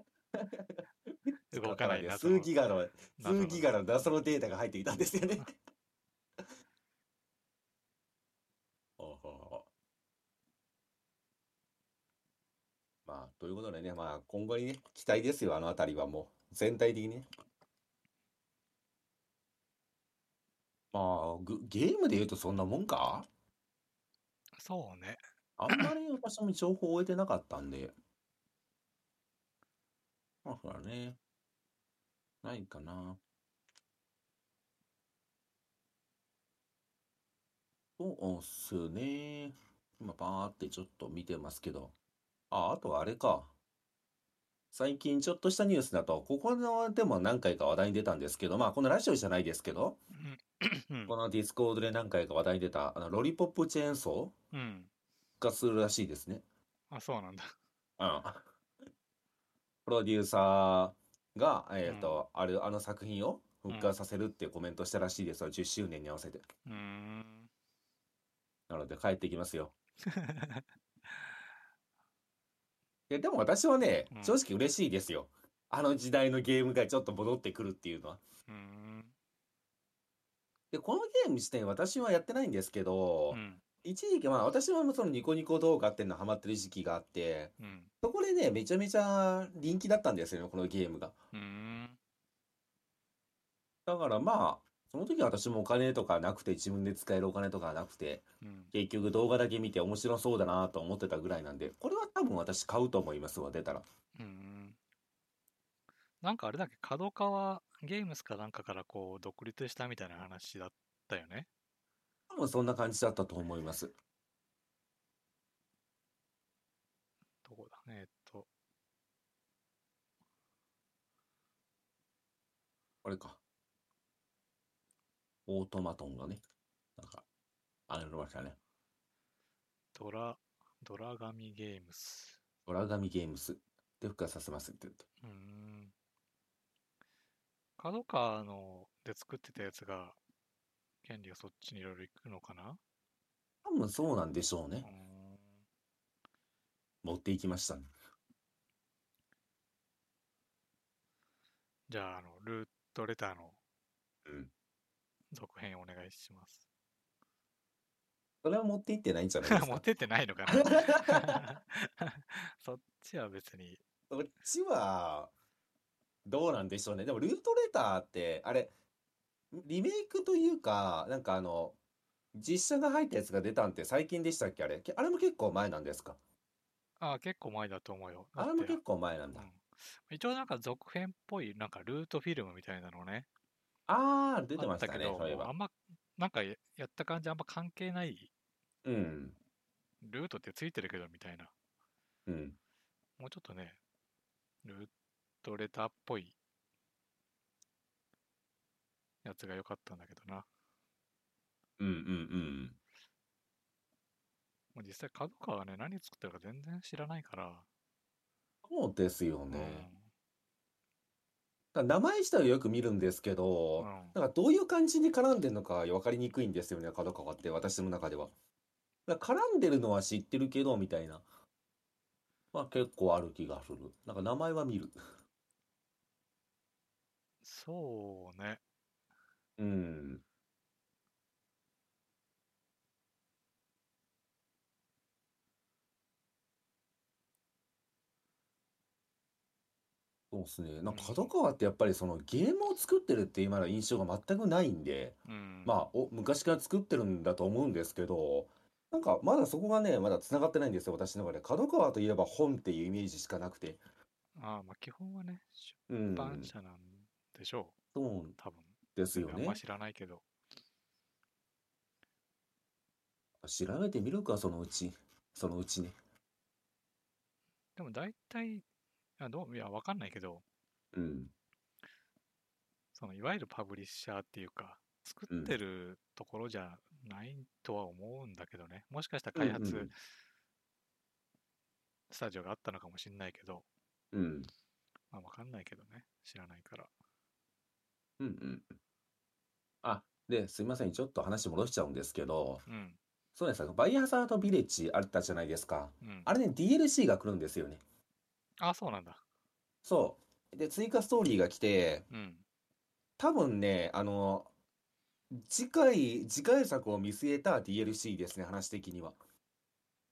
Speaker 1: う。動かないな
Speaker 2: 数ギガの、
Speaker 1: 謎の
Speaker 2: 数ギガの謎のデータが入っていたんです よね。おうおうおうまあ、ということでね、まあ、今後にね、期待ですよ、あのあたりはもう、全体的にね。まあ、ぐゲームで言うとそんなもんか
Speaker 1: そうね。
Speaker 2: あんまり私も情報を得てなかったんで。まあ、ほらね。ないかな。そうっすね。今、バーってちょっと見てますけど。あ、あとはあれか。最近ちょっとしたニュースだと、ここのでも何回か話題に出たんですけど、まあ、このラジオじゃないですけど、
Speaker 1: うん
Speaker 2: このディスコードで何回か話題に出た、あの、ロリポップチェーンソー
Speaker 1: うん。
Speaker 2: がするらしいですね。
Speaker 1: あ、そうなんだ。
Speaker 2: うんプロデューサーが、えっと、ある、あの作品を復活させるっていうコメントしたらしいですよ、10周年に合わせて。
Speaker 1: うーん。
Speaker 2: なので帰ってきますよ。いや、でも私はね
Speaker 1: う、ん
Speaker 2: 正直嬉しいですよ。あの時代のゲームがちょっと戻ってくるっていうのは。
Speaker 1: うーん。
Speaker 2: で、このゲーム自体私はやってないんですけど
Speaker 1: う、ん。
Speaker 2: 一時期、まあ私はそのニコニコ動画っていうのハマってる時期があって、
Speaker 1: うん。
Speaker 2: そこでね、めちゃめちゃ人気だったんですよね、このゲームが。
Speaker 1: うーん。
Speaker 2: だからまあ、その時は私もお金とかなくて、自分で使えるお金とかなくて、
Speaker 1: うん。
Speaker 2: 結局動画だけ見て面白そうだなと思ってたぐらいなんで、これは多分私買うと思いますわ、出たら。
Speaker 1: うんなんかあれだっけ、角川ゲームスかなんかからこう独立したみたいな話だったよね。
Speaker 2: 多分そんな感じだったと思います。
Speaker 1: どこだね、えっと。
Speaker 2: あれか。オートマトンがね、なんか、あれましたね。
Speaker 1: ドラ、ドラガミゲームス。
Speaker 2: ドラガミゲームスで復活させますって言って。
Speaker 1: うーん。角川ので作ってたやつが、権利がそっちにいろいろ行くのかな
Speaker 2: 多分そうなんでしょう
Speaker 1: うー
Speaker 2: ね。
Speaker 1: ん。
Speaker 2: 持っていきましたね。
Speaker 1: じゃあ、あの、ルートレターの
Speaker 2: うん。
Speaker 1: 続編お願いします。
Speaker 2: それは持っていってないんじゃな いです
Speaker 1: 持っ
Speaker 2: か。
Speaker 1: てってないのか なそっちは別に。
Speaker 2: こっちは、どうなんでしょうね。でも、ルートレターって、あれ、リメイクというか、なんかあの、実写が入ったやつが出たんって最近でしたっけあれ。けあれも結構前なんですか
Speaker 1: ああ、結構前だと思うよ。だ
Speaker 2: あれ
Speaker 1: っ
Speaker 2: も
Speaker 1: て
Speaker 2: 結構前なん
Speaker 1: う
Speaker 2: だ。
Speaker 1: ん一応なんか続編っぽい、なんかルートフィルムみたいなのね。
Speaker 2: あー、出て
Speaker 1: あ
Speaker 2: ま
Speaker 1: っ
Speaker 2: した
Speaker 1: け
Speaker 2: ね、
Speaker 1: ど、
Speaker 2: そういえ
Speaker 1: もうあ
Speaker 2: ば。
Speaker 1: んま、なんかややった感じあんま関係ない。
Speaker 2: うん。
Speaker 1: ルートってついてるけどみたいな。
Speaker 2: うん。
Speaker 1: もうちょっとね、ルートレターっぽいやつが良かったんだけどな。
Speaker 2: うんうんうん。
Speaker 1: もう実際、角川がね、何作ってるか全然知らないから。
Speaker 2: そうですよね。
Speaker 1: う
Speaker 2: だから名前自体はよく見るんですけ
Speaker 1: ん。う
Speaker 2: ど、
Speaker 1: ん
Speaker 2: なんかどういう感じに絡んでるのか分かりにくいんですよね、角川って、私の中では。だから絡んでるのは知ってるけど、みたいな。まあ結構ある気がする。なんか名前は見る。
Speaker 1: そうね。
Speaker 2: うん。そうですね。なん
Speaker 1: う
Speaker 2: か
Speaker 1: ん。
Speaker 2: 角川ってやっぱりそのゲームを作ってるっていう今の印象が全くないんで、
Speaker 1: うん。
Speaker 2: まあ、お、昔から作ってるんだと思うんですけど、なんかまだそこがね、まだ繋がってないんですよ、私の中で。角川といえば本っていうイメージしかなくて。
Speaker 1: ああ、まあ基本はね、出
Speaker 2: う
Speaker 1: 版
Speaker 2: ん。
Speaker 1: 社なんでしょう。
Speaker 2: そう
Speaker 1: 多分。
Speaker 2: です
Speaker 1: 全
Speaker 2: よ
Speaker 1: 然あんま
Speaker 2: ね。
Speaker 1: 知らないけど。
Speaker 2: 調べてみるか、そのうち。そのうちね。
Speaker 1: でも大体、あ、どう、いや、わかんないけど、
Speaker 2: うん。
Speaker 1: そのいわゆるパブリッシャーっていうか、作っ
Speaker 2: うん。
Speaker 1: てるところじゃないとは思うんだけどね。もしかしたら
Speaker 2: うん
Speaker 1: 開
Speaker 2: う
Speaker 1: 発
Speaker 2: ん
Speaker 1: スタジオがあったのかもしれないけど、
Speaker 2: うん。うん
Speaker 1: まあわかんないけどね。知らないから。
Speaker 2: うんうん。あ、で、すいません。ちょっと話戻しちゃうんですけど、
Speaker 1: うん、
Speaker 2: そうですね。バイオハザードビレッジあったじゃないですか。
Speaker 1: うん。
Speaker 2: あれね、DLC が来るんですよね。
Speaker 1: あ、そうなんだ。
Speaker 2: そう。で、追加ストーリーが来て、
Speaker 1: うん。
Speaker 2: 多分ね、あの、次回、次回作を見据えた DLC ですね、話的には。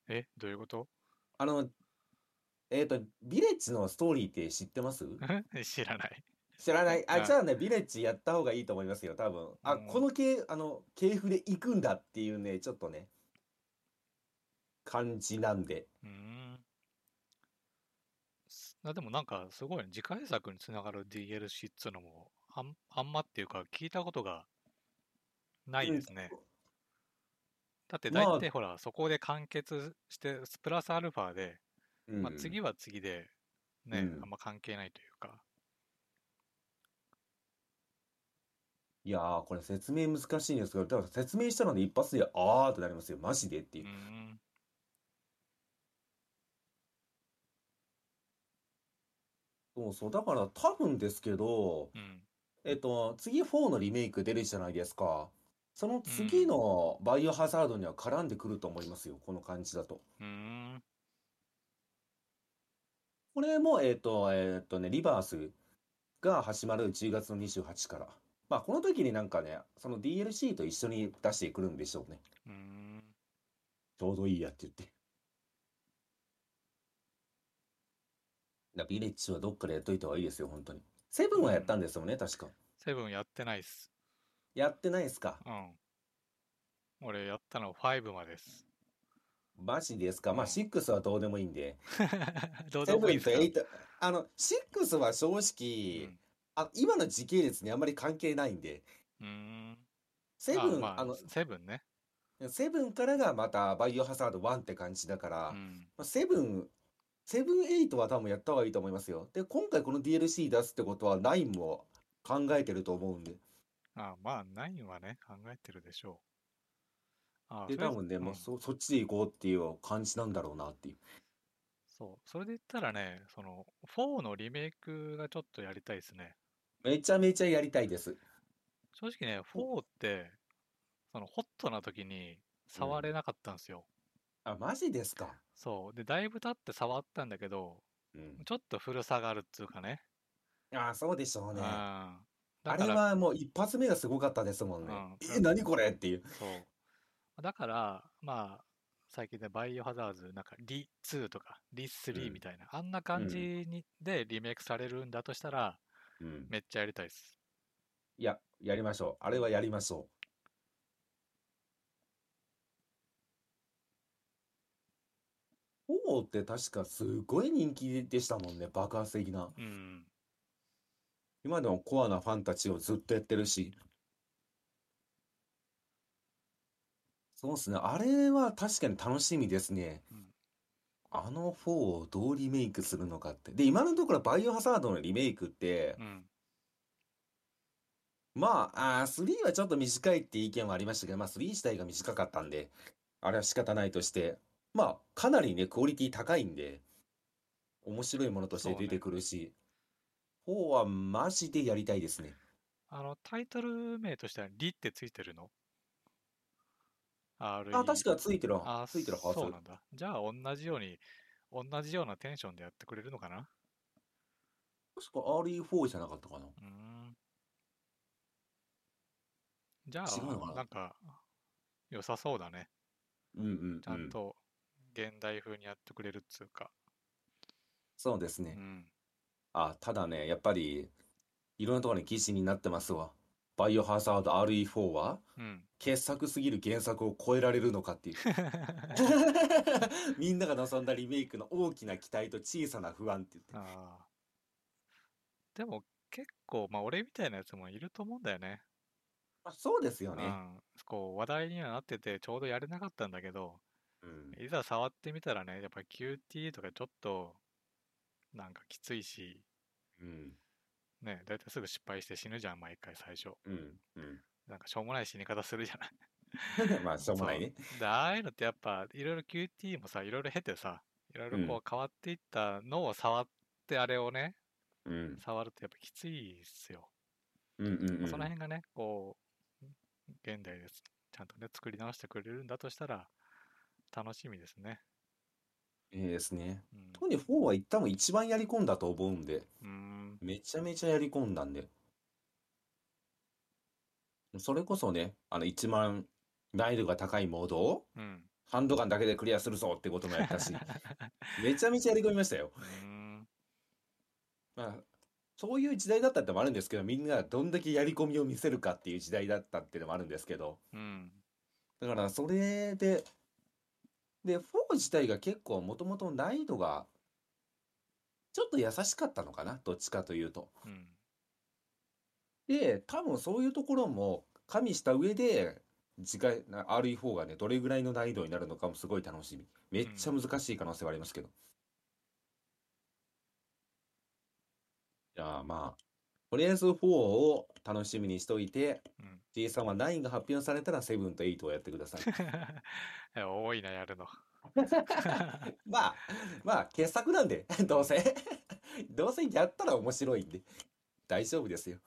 Speaker 1: え、どういうこと
Speaker 2: あの、えっと、ビレッジのストーリーって知ってます
Speaker 1: 知らない。
Speaker 2: 知らない。あ、じ
Speaker 1: あ、
Speaker 2: ゃあね、ビレッジやった方がいいと思いますよ、多分。あ、こ
Speaker 1: も
Speaker 2: の系、あの、系譜で行くんだっていうね、ちょっとね、感じなんで。
Speaker 1: う、うーん。すあ、でもなんかすごいね、次回作につながる DLC っつうのもあん、あんまっていうか聞いたことがないうで
Speaker 2: ん、
Speaker 1: すね。だって大
Speaker 2: まあ、
Speaker 1: 体ほら、そこで完結して、プラスアルファで、
Speaker 2: う
Speaker 1: まあ
Speaker 2: ん、
Speaker 1: 次は次で、
Speaker 2: う
Speaker 1: ね、あん
Speaker 2: ん。
Speaker 1: ま関係ないというか。
Speaker 2: いやー、これ説明難しいんですけど、でも説明したので一発で、あーってなりますよ、マジでっていうう。
Speaker 1: ーん。
Speaker 2: そうそう、だから多分ですけど、
Speaker 1: うん。
Speaker 2: えっと、次4のリメイク出るじゃないですか。その
Speaker 1: う
Speaker 2: 次
Speaker 1: ん。
Speaker 2: のバイオハザードには絡んでくると思いますよ、この感じだと。
Speaker 1: うーん。
Speaker 2: これも、えっと、えっとね、リバースが始まる10月の28から。まあ、この時になんかね、その DLC と一緒に出してくるんでしょうね。
Speaker 1: うーん。
Speaker 2: ちょうどいいやって言って。だからビレッジはどっかでやっといた方がいいですよ、本当に。セブ
Speaker 1: う
Speaker 2: ンはやっ
Speaker 1: ん。
Speaker 2: たんですよね、確か。
Speaker 1: セブンやってないっす。
Speaker 2: やってないですか。
Speaker 1: うん。俺やったの5までです。
Speaker 2: マジですか。
Speaker 1: う
Speaker 2: まあ、
Speaker 1: ん。
Speaker 2: 6はどうでもいいんで。
Speaker 1: どうで
Speaker 2: セ
Speaker 1: も
Speaker 2: ブ
Speaker 1: いいで
Speaker 2: ン
Speaker 1: す
Speaker 2: と
Speaker 1: か
Speaker 2: エイト、あの、6は正
Speaker 1: う
Speaker 2: 直、
Speaker 1: ん。
Speaker 2: あ、今の時系列にあんまり関係ないんで、
Speaker 1: うーん。
Speaker 2: セ
Speaker 1: ああ、
Speaker 2: ブン、
Speaker 1: ま
Speaker 2: あ
Speaker 1: あ、
Speaker 2: の、
Speaker 1: セブンね。
Speaker 2: セブンからがまたバイオハザード1って感じだか
Speaker 1: う
Speaker 2: ら、
Speaker 1: ん。
Speaker 2: まあセブン、セブンエイトは多分やった方がいいと思いますよ。で、今回この DLC 出すってことは9も考えてると思うんで。
Speaker 1: ああ、まあ、9はね、考えてるでしょう。ああ、
Speaker 2: で、
Speaker 1: それ、
Speaker 2: 多分ね、
Speaker 1: う。
Speaker 2: もうんそ、そっちで行こうっていう感じなんだろうなっていう。
Speaker 1: そう。それで言ったらね、その、4のリメイクがちょっとやりたいですね。
Speaker 2: めちゃめちゃやりたいです。
Speaker 1: 正直ね、
Speaker 2: お
Speaker 1: 4って、その、ホットな時に
Speaker 2: う
Speaker 1: 触れ
Speaker 2: ん。
Speaker 1: なかったんですよ。
Speaker 2: あ、マジですか。
Speaker 1: そう。で、だいぶ経って触ったんだけど、
Speaker 2: うん。
Speaker 1: ちょっと古さがあるっつうかね。
Speaker 2: あー、そうでしょう
Speaker 1: うん。
Speaker 2: ね。
Speaker 1: だ
Speaker 2: あ
Speaker 1: か
Speaker 2: れ
Speaker 1: ら、
Speaker 2: はもう一発目がすごかったですもん
Speaker 1: う
Speaker 2: ね。
Speaker 1: ん。
Speaker 2: え
Speaker 1: だ、
Speaker 2: ー、何これっていう。
Speaker 1: そう。だから、まあ、最近でバイオハザード、なんか、リ2とか、リ
Speaker 2: う
Speaker 1: 3み
Speaker 2: ん。
Speaker 1: たいな、あんな
Speaker 2: う
Speaker 1: 感じ
Speaker 2: ん。
Speaker 1: にでリメイクされるんだとしたら、
Speaker 2: うん。
Speaker 1: めっちゃやりたいです。
Speaker 2: いや、やりましょう。あ
Speaker 1: う
Speaker 2: れは
Speaker 1: ん。
Speaker 2: やりましょう。フォーって確かすごい人気でしたもんね。爆発的な。
Speaker 1: うん。
Speaker 2: 今でもコアなファンたちをずっとやってるし。そうですね。あれは確かに楽しみですね。
Speaker 1: うん。
Speaker 2: あのフォーをどうリメイクするのかって。で、今のところバイオハザードのリメイクって、
Speaker 1: うん。
Speaker 2: まあ、あー3はちょっと短いって意見はありましたけど、まあ3自体が短かったんで、あれは仕方ないとして、まあ、かなりね、クオリティ高いんで、面白いものとして
Speaker 1: そう
Speaker 2: 出て
Speaker 1: ね。
Speaker 2: くるし、4はマジでやりたいですね。
Speaker 1: あの、タイトル名としては、リってついてるの
Speaker 2: あ、確
Speaker 1: ?RE。
Speaker 2: かついてる、
Speaker 1: あ、
Speaker 2: ついてるは
Speaker 1: そう
Speaker 2: ず。
Speaker 1: なんだ。じゃあ、同じように、同じようなテンションでやってくれるのかな
Speaker 2: 確か RE4 じゃなかったかな。
Speaker 1: うーん。じゃ
Speaker 2: 違うのか
Speaker 1: あ、
Speaker 2: な
Speaker 1: なんか、良さそうだね。
Speaker 2: うんうん、
Speaker 1: ちゃんと、現代風にやってくれるっつうか。
Speaker 2: そうです
Speaker 1: う
Speaker 2: ね。
Speaker 1: ん。
Speaker 2: あ、ただね、やっぱり、いろんなところに記事になってますわ。バイオハザード RE4 は、
Speaker 1: うん。
Speaker 2: 傑作すぎる原作を超えられるのかっていう。みんなが望んだリメイクの大きな期待と小さな不安って言って。
Speaker 1: ああ。でも、結構、まあ、俺みたいなやつもいると思うんだよね。
Speaker 2: まあ、そうですよ
Speaker 1: う
Speaker 2: ね。
Speaker 1: ん。こう、話題にはなってて、ちょうどやれなかったんだけど、
Speaker 2: うん。
Speaker 1: いざ触ってみたらね、やっぱ QT とかちょっと、なんかきついし、
Speaker 2: うん。
Speaker 1: ね、だいたいすぐ失敗して死ぬじゃん、毎回最初。
Speaker 2: うん。うん。
Speaker 1: なんかしょうもない死に方するじゃない。
Speaker 2: まあ、しょう もないね。
Speaker 1: そう。で、ああいうのってやっぱ、いろいろ QT もさ、いろいろ経てさ、いろいろ
Speaker 2: うん
Speaker 1: こう変わっていったのを触って、あれをね、
Speaker 2: うん。
Speaker 1: 触るとやっぱきついっすよ。
Speaker 2: うんうんうん。
Speaker 1: その辺がね、こう、現代です。ちゃんとね、作り直してくれるんだとしたら、楽しみですね。
Speaker 2: いいですね。
Speaker 1: うん。
Speaker 2: 特に4は一旦も一番やり込んだと思うんで、
Speaker 1: うーん。
Speaker 2: めちゃめちゃやり込んだんで。それこそね、あの一番難易度が高いモードを
Speaker 1: うん。
Speaker 2: ハンドガンだけでクリアするぞってこともやったし、めちゃめちゃやり込みましたよ。
Speaker 1: うーん。
Speaker 2: まあ、そういう時代だったってのもあるんですけど、みんながどんだけやり込みを見せるかっていう時代だったっていうのもあるんですけど、
Speaker 1: うん。
Speaker 2: だからそれで、で、4自体が結構もともと難易度がちょっと優しかったのかな、どっちかというと。
Speaker 1: うん。
Speaker 2: で、多分そういうところも加味した上で、次回、な RE4 がね、どれぐらいの難易度になるのかもすごい楽しみ。めっちゃ難しい可能性はありますけど。じゃあまあ、とりあえず4を楽しみにしといて、
Speaker 1: うん。
Speaker 2: J さんは9が発表されたら7と8をやってください。
Speaker 1: いや多いな、やるの。
Speaker 2: まあ、まあ、傑作なんで、 どうせ。どうせやったら面白いんで、大丈夫ですよ。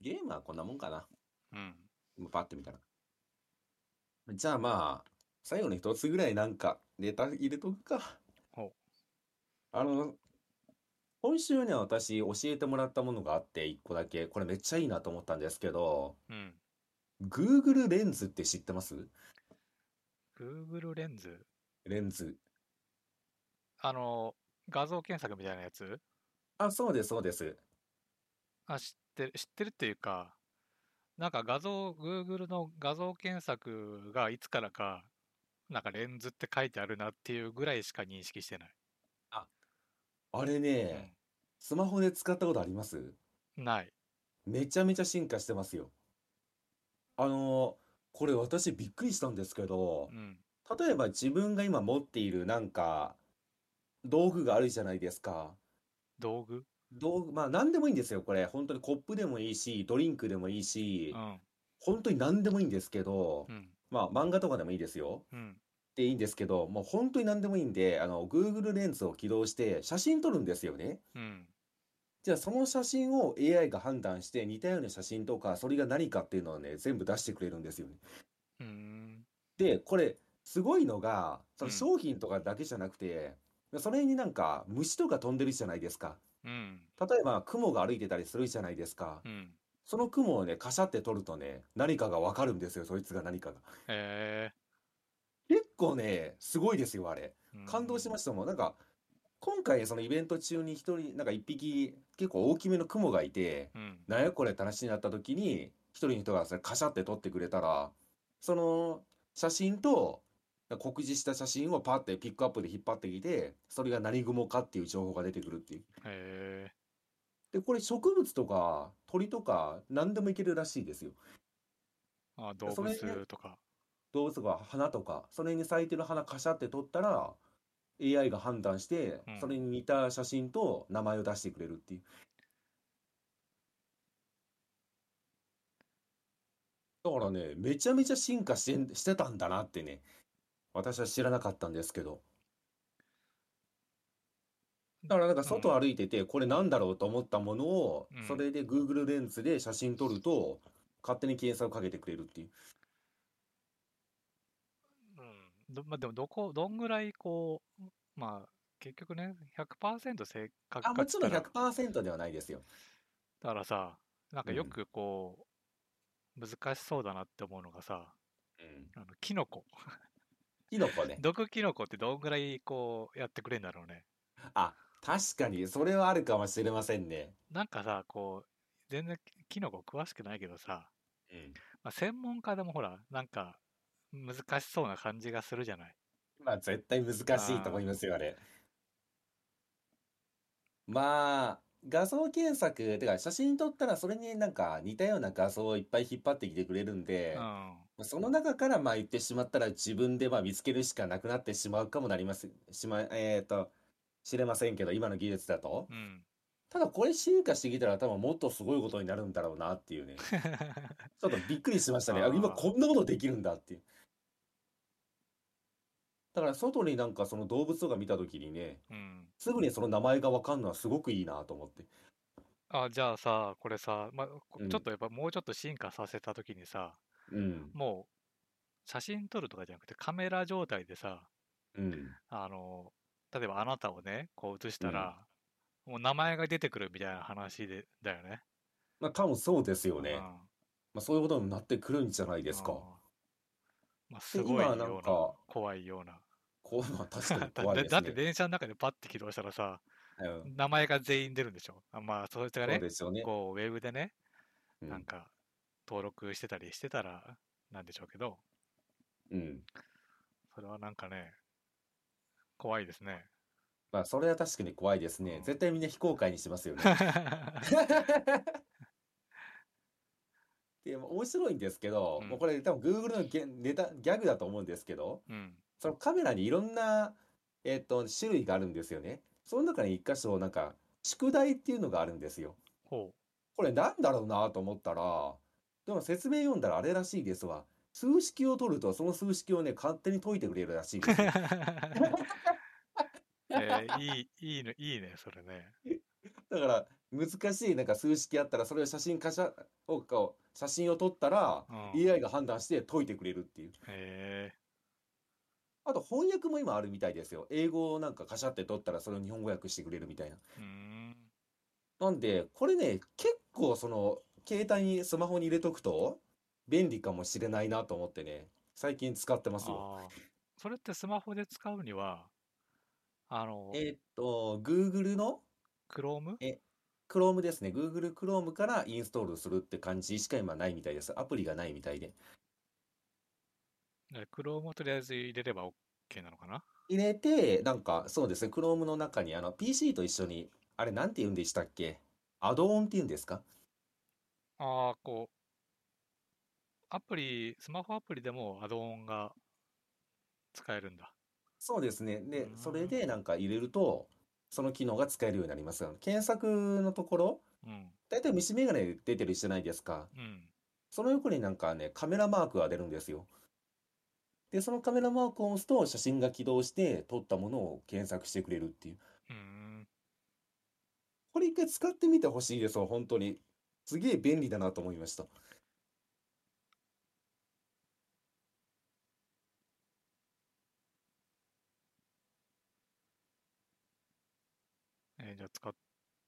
Speaker 2: ゲームはこんなもんかな。
Speaker 1: うん。
Speaker 2: 今パッて見たら。じゃあまあ、最後の一つぐらいなんか、ネタ入れとくか
Speaker 1: ほう。
Speaker 2: あの、今週ね、私、教えてもらったものがあって、一個だけ、これめっちゃいいなと思ったんですけど、
Speaker 1: うん。
Speaker 2: Google レンズって知ってます
Speaker 1: Google レンズ。
Speaker 2: レンズ。
Speaker 1: あの、画像検索みたいなやつ
Speaker 2: あ、そうです、そうです。
Speaker 1: あ、知ってる、知ってるっていうか、なんか画像、Google の画像検索がいつからか、なんかレンズって書いてあるなっていうぐらいしか認識してない。
Speaker 2: あれね、スマホで使ったことあります
Speaker 1: うん、ない。
Speaker 2: めちゃめちゃ進化してますよ。あの、これ私びっくりしたんですけど
Speaker 1: う、ん。
Speaker 2: 例えば自分が今持っているなんか、道具があるじゃないですか。
Speaker 1: 道具
Speaker 2: 道具、まあ何でもいいんですよ、これ。本当にコップでもいいし、ドリンクでもいいし
Speaker 1: う、ん。
Speaker 2: 本当に何でもいいんですけど
Speaker 1: う、ん。
Speaker 2: まあ漫画とかでもいいですよ。
Speaker 1: うん。
Speaker 2: でいいんですけど、もう本当に何でもいいんで、あの、Google レンズを起動して写真撮るんですよね。
Speaker 1: うん。
Speaker 2: じゃあその写真を AI が判断して似たような写真とかそれが何かっていうのをね全部出してくれるんですよね。
Speaker 1: うーん。
Speaker 2: でこれすごいのがその
Speaker 1: うん
Speaker 2: 商品とかだけじゃなくて、それになんか虫とか飛んでるじゃないですか。
Speaker 1: うん。
Speaker 2: 例えば雲が歩いてたりするじゃないですか。
Speaker 1: うん。
Speaker 2: その雲をねカシャって撮るとね何かがわかるんですよそいつが何かが。
Speaker 1: え
Speaker 2: 結構ねすごいですよあれ。
Speaker 1: ー。
Speaker 2: 感動しま
Speaker 1: し
Speaker 2: したもん。なんか今回そのイベント中に一人なんか一匹結構大きめの雲がいて。
Speaker 1: た。うん。
Speaker 2: なんやこれって話になった時に一人の人がそれカシャって撮ってくれたらその写真と酷似した写真をパッてピックアップで引っ張ってきてそれが何雲かっていう情報が出てくるっていう
Speaker 1: え
Speaker 2: でこれ植物とか鳥とか何でもいけるらしいですよ
Speaker 1: ー。あ、動
Speaker 2: それね
Speaker 1: 物とか。
Speaker 2: 動物とか花とかそれに咲いてる花カシャって撮ったら AI が判断して
Speaker 1: うん
Speaker 2: それに似た写真と名前を出してくれるっていう、だからねめちゃめちゃ進化してんしてたんだなってね私は知らなかったんですけどだからなんか外歩いててこれなんだろうと思ったものを
Speaker 1: うん
Speaker 2: それで Google レンズで写真撮ると勝手に検索をかけてくれるっていう
Speaker 1: うん、どまあ、でもどこどんぐらいこうまあ結局ね100%正確か
Speaker 2: あも
Speaker 1: っ
Speaker 2: ち
Speaker 1: つっ
Speaker 2: ろ
Speaker 1: た
Speaker 2: ん
Speaker 1: ら
Speaker 2: 100%ではないですよ
Speaker 1: だからさ、なんかよ
Speaker 2: うん
Speaker 1: くこう、難しそうだなって思うのがさ、
Speaker 2: うん。
Speaker 1: あのキノコ。
Speaker 2: キノコね。
Speaker 1: 毒キノコってどんぐらいこうやってくれんだろうね。
Speaker 2: あ、確かに、それはあるかもしれませんね。
Speaker 1: なんかさ、こう、全然キノコ詳しくないけどさ、
Speaker 2: うん。
Speaker 1: まあ、専門家でもほら、なんか難しそうな感じがするじゃない。
Speaker 2: まあ、絶対難しいと思いますよ、あれ。まあ、画像検索、てか写真撮ったらそれになんか似たような画像をいっぱい引っ張ってきてくれるん
Speaker 1: う
Speaker 2: で、
Speaker 1: ん。
Speaker 2: その中からまあ言ってしまったら自分でまあ見つけるしかなくなってしまうかもなります、しま、えっと、知れませんけど、今の技術だと。
Speaker 1: うん。
Speaker 2: ただこれ進化してきたら多分もっとすごいことになるんだろうなっていうね。ちょっとびっくりしましたね。あ、今
Speaker 1: あー
Speaker 2: こんなことできるんだっていう。だから外になんかその動物とか見た時にね、
Speaker 1: うん。
Speaker 2: すぐにその名前がわかるのはすごくいいなと思って。
Speaker 1: あ、じゃあさ、これさ、まあ、こ
Speaker 2: うん
Speaker 1: ちょっとやっぱもうちょっと進化させたときにさ、
Speaker 2: うん。
Speaker 1: もう写真撮るとかじゃなくてカメラ状態でさ、
Speaker 2: うん。
Speaker 1: あの、例えばあなたをね、こう写したら、もう名前が出てくるみたいな話で、だよね。
Speaker 2: まあ多分そうですよ
Speaker 1: う
Speaker 2: ね。
Speaker 1: ん
Speaker 2: まあそういうことになってくるんじゃないです
Speaker 1: あ
Speaker 2: か。
Speaker 1: ーまあ、すごい
Speaker 2: 今
Speaker 1: よ
Speaker 2: は
Speaker 1: う
Speaker 2: な
Speaker 1: なん
Speaker 2: か
Speaker 1: 怖いような。
Speaker 2: こう、 まあ確かに
Speaker 1: だ
Speaker 2: 怖い
Speaker 1: だ
Speaker 2: で
Speaker 1: だ
Speaker 2: す
Speaker 1: って
Speaker 2: ね。
Speaker 1: 電車の中でパッて起動したらさ、
Speaker 2: うん。
Speaker 1: 名前が全員出るんでしょ。あまあ、そいつが
Speaker 2: そう
Speaker 1: ね、
Speaker 2: ですよね。
Speaker 1: こう、ウェブでね、
Speaker 2: う
Speaker 1: なん
Speaker 2: ん。
Speaker 1: か登録してたりしてたらなんでしょうけど、
Speaker 2: うん。
Speaker 1: それはなんかね、怖いです ね。
Speaker 2: まあそれは確かに怖いです
Speaker 1: う
Speaker 2: ね
Speaker 1: ん。
Speaker 2: 絶対みんな非公開にします よね。でも面白いんですけど、
Speaker 1: うん
Speaker 2: もうこれ多分 Google のギャネタギャグだと思うんですけど、
Speaker 1: うん。
Speaker 2: そのカメラにいろんな、えっと、種類があるんですよね。その中に一箇所、なんか、宿題っていうのがあるんですよ。
Speaker 1: ほ。
Speaker 2: これなんだろうなと思ったら、でも説明読んだらあれらしいですわ。数式を取ると、その数式をね、勝手に解いてくれるらしいう ですよ。
Speaker 1: えーいい、いいね、いいね、それね。
Speaker 2: だから、難しい、なんか数式あったら、それを写真かしゃ、をこう写真を撮ったら、
Speaker 1: うん。
Speaker 2: AI が判断して解いてくれるっていう。
Speaker 1: え
Speaker 2: あと翻訳も今あるみたいですよ。英語をなんかカシャって取ったらそれを日本語訳してくれるみたいな。
Speaker 1: ー、うーん。
Speaker 2: なんで、これね、結構その、携帯にスマホに入れとくと便利かもしれないなと思ってね、最近使ってますよ。
Speaker 1: ああ。それってスマホで使うには、あの
Speaker 2: え、ーっと、Google の
Speaker 1: Chrome?
Speaker 2: え Chrome ですね。Google Chrome からインストールするって感じしか今ないみたいです。アプリがないみたいで。
Speaker 1: ね Chrome をとりあえず入れれば OK なのかな
Speaker 2: 入れて、なんか、そうですね、Chrome の中にあの PC と一緒に、あれなんて言うんでしたっけアドオンって言うんですか
Speaker 1: ああ、こう、アプリ、スマホアプリでもアドオンが使えるんだ。
Speaker 2: そうですね。
Speaker 1: うー
Speaker 2: で、それ
Speaker 1: ん
Speaker 2: でなんか入れると、その機能が使えるようになります。あの検索のところ、
Speaker 1: うん、
Speaker 2: だいたい虫眼鏡で出てるじゃないですか。
Speaker 1: うん。
Speaker 2: その横になんかね、カメラマークが出るんですよ。で、そのカメラマークを押すと、写真が起動して、撮ったものを検索してくれるっていう。
Speaker 1: うーん。
Speaker 2: これ一回使ってみてほしいですよ、本当に。すげえ便利だなと思いました。
Speaker 1: えーじゃあ使っ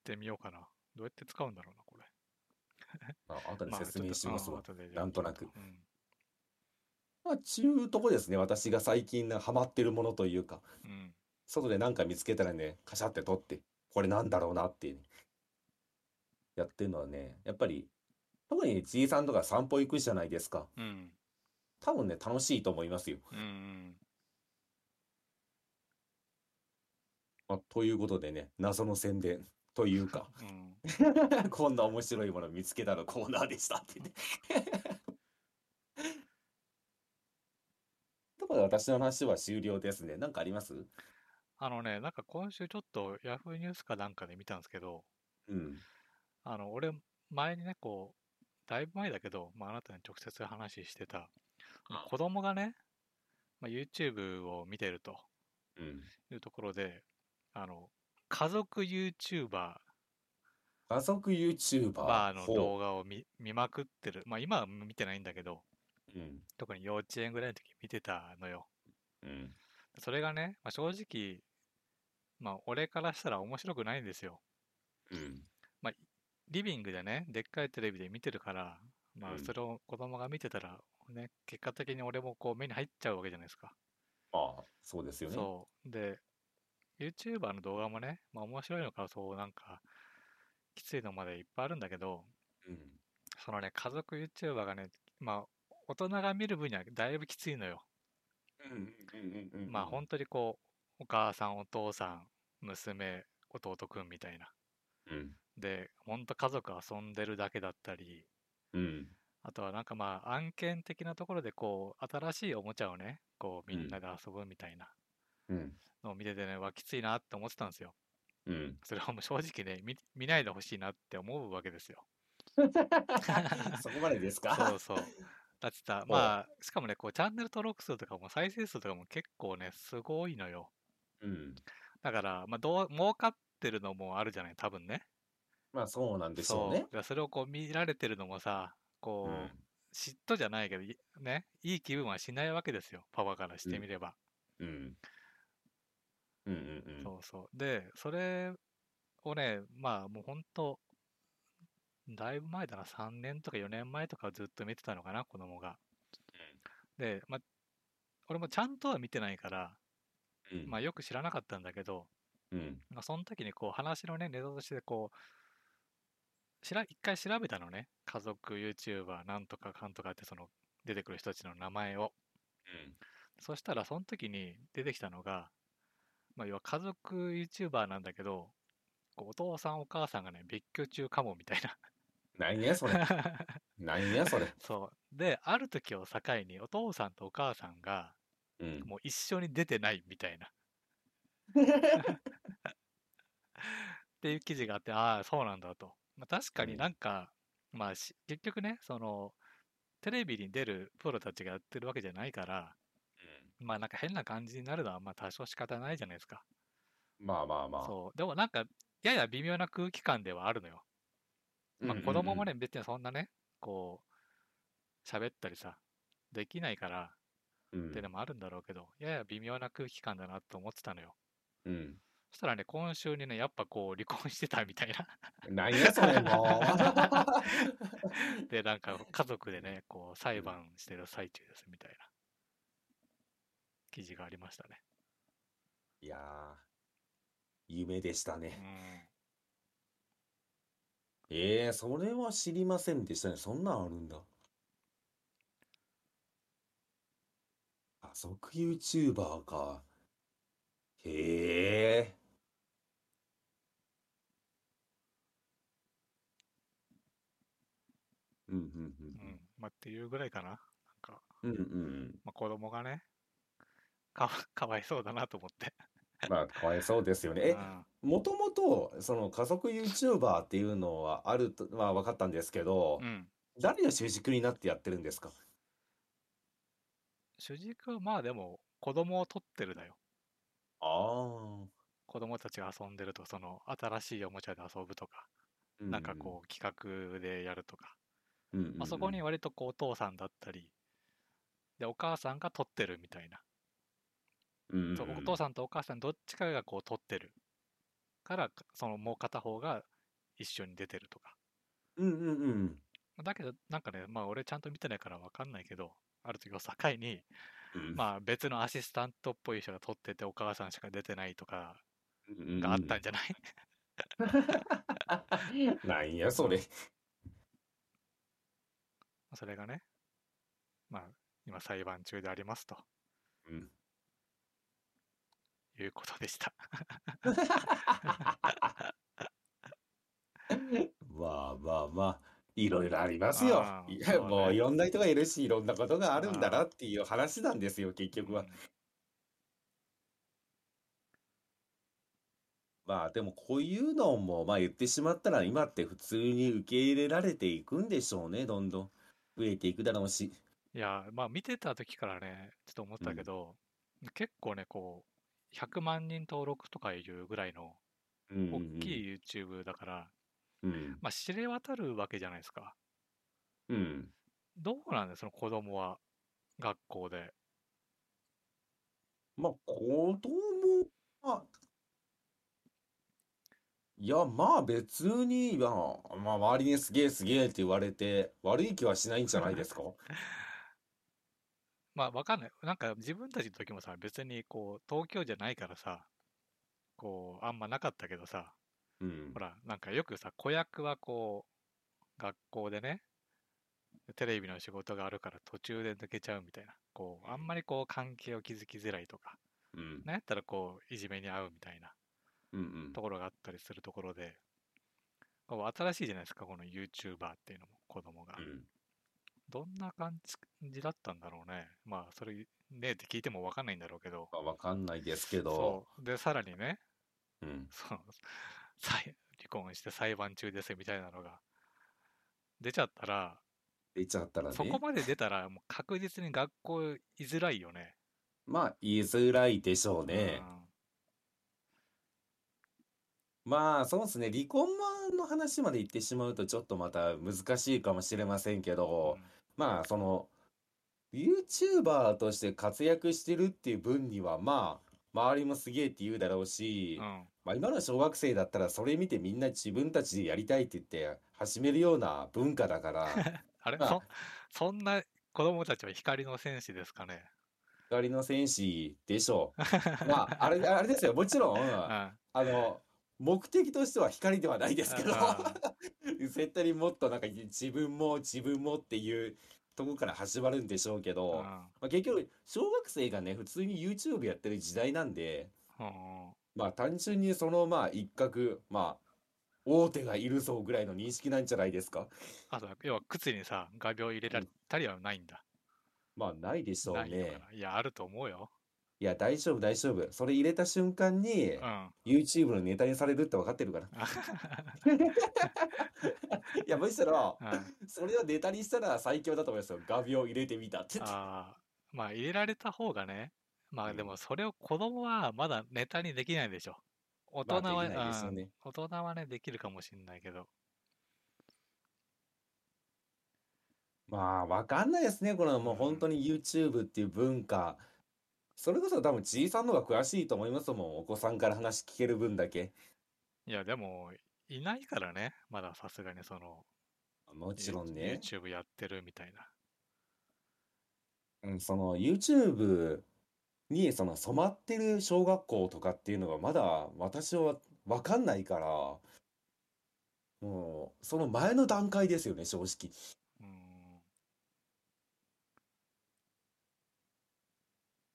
Speaker 1: てみようかな。どうやって使うんだろうな、これ。
Speaker 2: まあ、後で
Speaker 1: まあ、
Speaker 2: 説明しますわ。
Speaker 1: ちょっとうん後でじゃあ
Speaker 2: なんとなく。
Speaker 1: うん
Speaker 2: まあ、ちゅうとこですね、私が最近ハマってるものというか。
Speaker 1: うん。
Speaker 2: 外で何か見つけたらね、カシャって撮って、これなんだろうなっていうね、やってるのはね、やっぱり、特にじいさんとか散歩行くじゃないですか。
Speaker 1: うん。
Speaker 2: 多分ね、楽しいと思いますよ。
Speaker 1: うんうん。
Speaker 2: まあ、ということでね、謎の宣伝という か、
Speaker 1: うん。
Speaker 2: こんな面白いもの見つけたのコーナーでしたってね。 ところで私の話は終了ですね。なんかあります
Speaker 1: あのね、なんか今週ちょっと Yahoo ニュースかなんかで見たんですけど、
Speaker 2: うん。
Speaker 1: あの、俺、前にね、こう、だいぶ前だけど、まあ、あなたに直接話してた、まあ子供がね、まあ、YouTube を見てると
Speaker 2: うん。
Speaker 1: いうところで、あの、家族 YouTuber
Speaker 2: 家族 YouTuber。
Speaker 1: バーの動
Speaker 2: ほ
Speaker 1: 画を見見まくってる。まあ今は見てないんだけど、
Speaker 2: う。うん。
Speaker 1: 特に幼稚園ぐらいの時見てたのよ。
Speaker 2: うん。
Speaker 1: それがね、まあ、正直、まあ俺からしたら面白くないんですよ。
Speaker 2: うん。
Speaker 1: リビングでね、でっかいテレビで見てるから、まあ
Speaker 2: うん
Speaker 1: それを子供が見てたら、ね、結果的に俺もこう目に入っちゃうわけじゃないですか。
Speaker 2: ああ、そうですよね。
Speaker 1: そう。で、YouTuber の動画もね、まあ面白いのか、そうなんか、きついのまでいっぱいあるんだけど、
Speaker 2: うん。
Speaker 1: そのね、家族 YouTuber がね、まあ大人が見る分にはだいぶきついのよ。
Speaker 2: うんうんうんうんうん。
Speaker 1: まあ本当にこう、お母さん、お父さん、娘、弟くんみたいな。
Speaker 2: うん。
Speaker 1: で、ほんと家族遊んでるだけだったり、
Speaker 2: うん。
Speaker 1: あとはなんかまあ案件的なところでこう新しいおもちゃをねこうみんなで遊ぶみたいな
Speaker 2: うん。
Speaker 1: のを見ててねわきついなって思ってたんですよ。
Speaker 2: うん。
Speaker 1: それはもう正直ね見見ないでほしいなって思うわけですよ。
Speaker 2: そこまでですか
Speaker 1: そうそう。だって さ
Speaker 2: う
Speaker 1: まあしかもねこうチャンネル登録数とかも再生数とかも結構ねすごいのよ。
Speaker 2: うん。
Speaker 1: だからまあどう儲かってるのもあるじゃない多分ね。
Speaker 2: まあそうなんでし
Speaker 1: そ
Speaker 2: ょう
Speaker 1: う
Speaker 2: ね
Speaker 1: だ。からそれをこう見られてるのもさこう、嫉妬じゃないけどいねいい気分はしないわけですよパパからしてみれば。
Speaker 2: うん。うん。うんうんうん。
Speaker 1: そうそう。で、それをね、まあもう本当、だいぶ前だな、3年とか4年前とかずっと見てたのかな、子供が。で、まあ、俺もちゃんとは見てないから、
Speaker 2: うん。
Speaker 1: まあよく知らなかったんだけど、
Speaker 2: うん。
Speaker 1: まあ、その時にこう話のね、ネタとしてこう、しら一回調べたのね、家族 YouTuber なんとかかんとかってその出てくる人たちの名前を。そしたらその時に出てきたのが、まあ、要は家族 YouTuber なんだけど、こうお父さんお母さんがね、別居中かもみたい
Speaker 2: 何やそれ。
Speaker 1: な。
Speaker 2: 何やそれ。
Speaker 1: そう。で、ある時を境にお父さんとお母さんが
Speaker 2: うん。
Speaker 1: もう一緒に出てないみたいな。っていう記事があって、ああ、そうなんだと。まあ、確か
Speaker 2: う
Speaker 1: に
Speaker 2: ん
Speaker 1: なんか、まあし結局ね、その、テレビに出るプロたちがやってるわけじゃないから、まあなんか変な感じになるのはまあ多少仕方ないじゃないですか。
Speaker 2: まあまあまあ。
Speaker 1: そう。でもなんか、やや微妙な空気感ではあるのよ。
Speaker 2: うん
Speaker 1: ま
Speaker 2: うん
Speaker 1: あ、
Speaker 2: うん
Speaker 1: 子供もね、別にそんなね、こう、喋ったりさ、できないから
Speaker 2: うん
Speaker 1: っていうのもあるんだろうけど、やや微妙な空気感だなと思ってたのよ。
Speaker 2: うん。
Speaker 1: そしたらね、今週にね、やっぱこう、離婚してたみたい な。
Speaker 2: 何やそれも う。
Speaker 1: で、なんか家族でね、こう、裁判してる最中ですみたいな記事がありましたね。
Speaker 2: いやー、夢でした
Speaker 1: う
Speaker 2: ね。
Speaker 1: ん。
Speaker 2: ええそれは知りませんでしたね。そんなんあるんだ。あ、即 YouTuber か。へえ。うんうん
Speaker 1: うん。まあ、っていうぐらいかな。なんか、
Speaker 2: うんうん。うんうん
Speaker 1: まあ、子供がね、かわ、 かわいそうだなと思って。
Speaker 2: うん。まあ、かわいそうですよね。え
Speaker 1: う、ん
Speaker 2: もともと、その家族 YouTuber っていうのはあると、まあ分かったんですけど
Speaker 1: う、ん。
Speaker 2: 誰が主軸になってやってるんですか
Speaker 1: 主軸はまあでも子供を取ってるだよ
Speaker 2: ああ。
Speaker 1: 子供たちが遊んでるとその新しいおもちゃで遊ぶとか、なんかこう企画でやるとか、
Speaker 2: うんうんうん、
Speaker 1: まあ、そこに割とこうお父さんだったりでお母さんが取ってるみたいな、
Speaker 2: うんうんうん、
Speaker 1: そうお父さんとお母さんどっちかがこう取ってるからそのもう片方が一緒に出てるとか
Speaker 2: うんうんうん
Speaker 1: だけどなんかねまあ俺ちゃんと見てないからわかんないけどある時を境に
Speaker 2: うん
Speaker 1: まあ別のアシスタントっぽい人が取っててお母さんしか出てないとか
Speaker 2: うんうんうん
Speaker 1: があったんじゃない
Speaker 2: なんやそれ
Speaker 1: それがね、まあ、今裁判中でありますと
Speaker 2: うん
Speaker 1: いうことで した。
Speaker 2: まあまあまあいろいろありますよ
Speaker 1: あー
Speaker 2: い
Speaker 1: そ
Speaker 2: や
Speaker 1: うね
Speaker 2: もういろんな人がいるしいろんなことがあるんだなっていう話なんですよ結局は
Speaker 1: うん
Speaker 2: まあでもこういうのもまあ言ってしまったら今って普通に受け入れられていくんでしょうねどんどん増えていくだろうし
Speaker 1: いや、まあ見てた時からね、ちょっと思ったけど、結構ね、こう、100万人登録とかいうぐらいの大き
Speaker 2: い
Speaker 1: い YouTube だから、
Speaker 2: うん
Speaker 1: まあ知れ渡るわけじゃないですか。
Speaker 2: うん
Speaker 1: どうなんですその子供は、学校で。
Speaker 2: まあ子供はいや、まあ別に、まあ、まあ周りにすげえすげえって言われて、悪い気はしないんじゃないですか
Speaker 1: まあわかんない。なんか自分たちの時もさ、別にこう、東京じゃないからさ、こう、あんまなかったけどさ、
Speaker 2: う
Speaker 1: ほ
Speaker 2: ん。
Speaker 1: ら、なんかよくさ、子役はこう、学校でね、テレビの仕事があるから途中で抜けちゃうみたいな、こう、あんまりこう、関係を築きづらいとか、
Speaker 2: うん。
Speaker 1: なんやったらこう、いじめに遭うみたいな
Speaker 2: うんうん。
Speaker 1: ところがあったりするところで、こう新しいじゃないですか、この YouTuber っていうのも、子供が。
Speaker 2: うん。
Speaker 1: どんな感じだったんだろうね。まあ、それねって聞いてもわかんないんだろうけど、
Speaker 2: まあわかんないですけど、
Speaker 1: そう。で、さらにね、
Speaker 2: うん。
Speaker 1: その、 裁離婚して裁判中ですみたいなのが出ちゃったら、
Speaker 2: 出ちゃったら
Speaker 1: そこ
Speaker 2: ね。
Speaker 1: まで出たらもう確実に学校居づらいよね。
Speaker 2: まあ言いづらいでしょう
Speaker 1: う
Speaker 2: ね。
Speaker 1: ん。
Speaker 2: まあそうですね。離婚の話まで言ってしまうとちょっとまた難しいかもしれませんけ
Speaker 1: う
Speaker 2: ど、
Speaker 1: ん。
Speaker 2: まあその、YouTuber として活躍してるっていう分にはまあ周りもすげえって言うだろう
Speaker 1: う
Speaker 2: し、
Speaker 1: ん。
Speaker 2: まあ、今の小学生だったらそれ見てみんな自分たちでやりたいって言って始めるような文化だから
Speaker 1: あれ
Speaker 2: まあ
Speaker 1: そ、そんな子供たちは光の戦士ですかね。
Speaker 2: 光の戦士でし ょう。まああれ、あれですよもちろん
Speaker 1: うん。うん
Speaker 2: あの目的としては光ではないですけど
Speaker 1: あ
Speaker 2: 絶対にもっとなんか自分も自分もっていうとこから始まるんでしょう け
Speaker 1: う
Speaker 2: ど、
Speaker 1: ん。
Speaker 2: まあ、結局小学生がね普通に YouTube やってる時代なんで。
Speaker 1: うんうん
Speaker 2: まあ単純にそのまあ一角まあ大手がいるぞぐらいの認識なんじゃないですか。
Speaker 1: あと、要は靴にさ、画鋲入れ
Speaker 2: う
Speaker 1: られ
Speaker 2: ん、
Speaker 1: たりはないんだ。
Speaker 2: まあないでしょう
Speaker 1: ないのか
Speaker 2: ね。
Speaker 1: な。いや、あると思うよ。
Speaker 2: いや大丈夫大丈夫。それ入れた瞬間に
Speaker 1: うん。
Speaker 2: YouTube のネタにされるって分かってるから。 いやむしろ
Speaker 1: うん。
Speaker 2: それをネタにしたら最強だと思いますよ。画鋲入れてみた って言って。
Speaker 1: ああ、まあ入れられた方がね、ま
Speaker 2: う
Speaker 1: あで
Speaker 2: ん。
Speaker 1: もそれを子供はまだネタにできないでしょ。大
Speaker 2: ま
Speaker 1: 人
Speaker 2: あできないで
Speaker 1: は、
Speaker 2: す
Speaker 1: う
Speaker 2: よ
Speaker 1: ん、
Speaker 2: ね。
Speaker 1: 大人はね、できるかもしんないけど。
Speaker 2: まあ分かんないですね。この
Speaker 1: う
Speaker 2: もう本
Speaker 1: ん、
Speaker 2: 当に YouTube っていう文化。それこそ多分じいさんの方が詳しいと思いますもん。お子さんから話聞ける分だけ。
Speaker 1: いや、でも、いないからね、まださすがにその、
Speaker 2: もち
Speaker 1: You-
Speaker 2: ろんね。
Speaker 1: YouTube やってるみたいな。
Speaker 2: うん、その YouTube にその染まってる小学校とかっていうのがまだ私は分かんないから、もうその前の段階ですよね、正直。
Speaker 1: うん、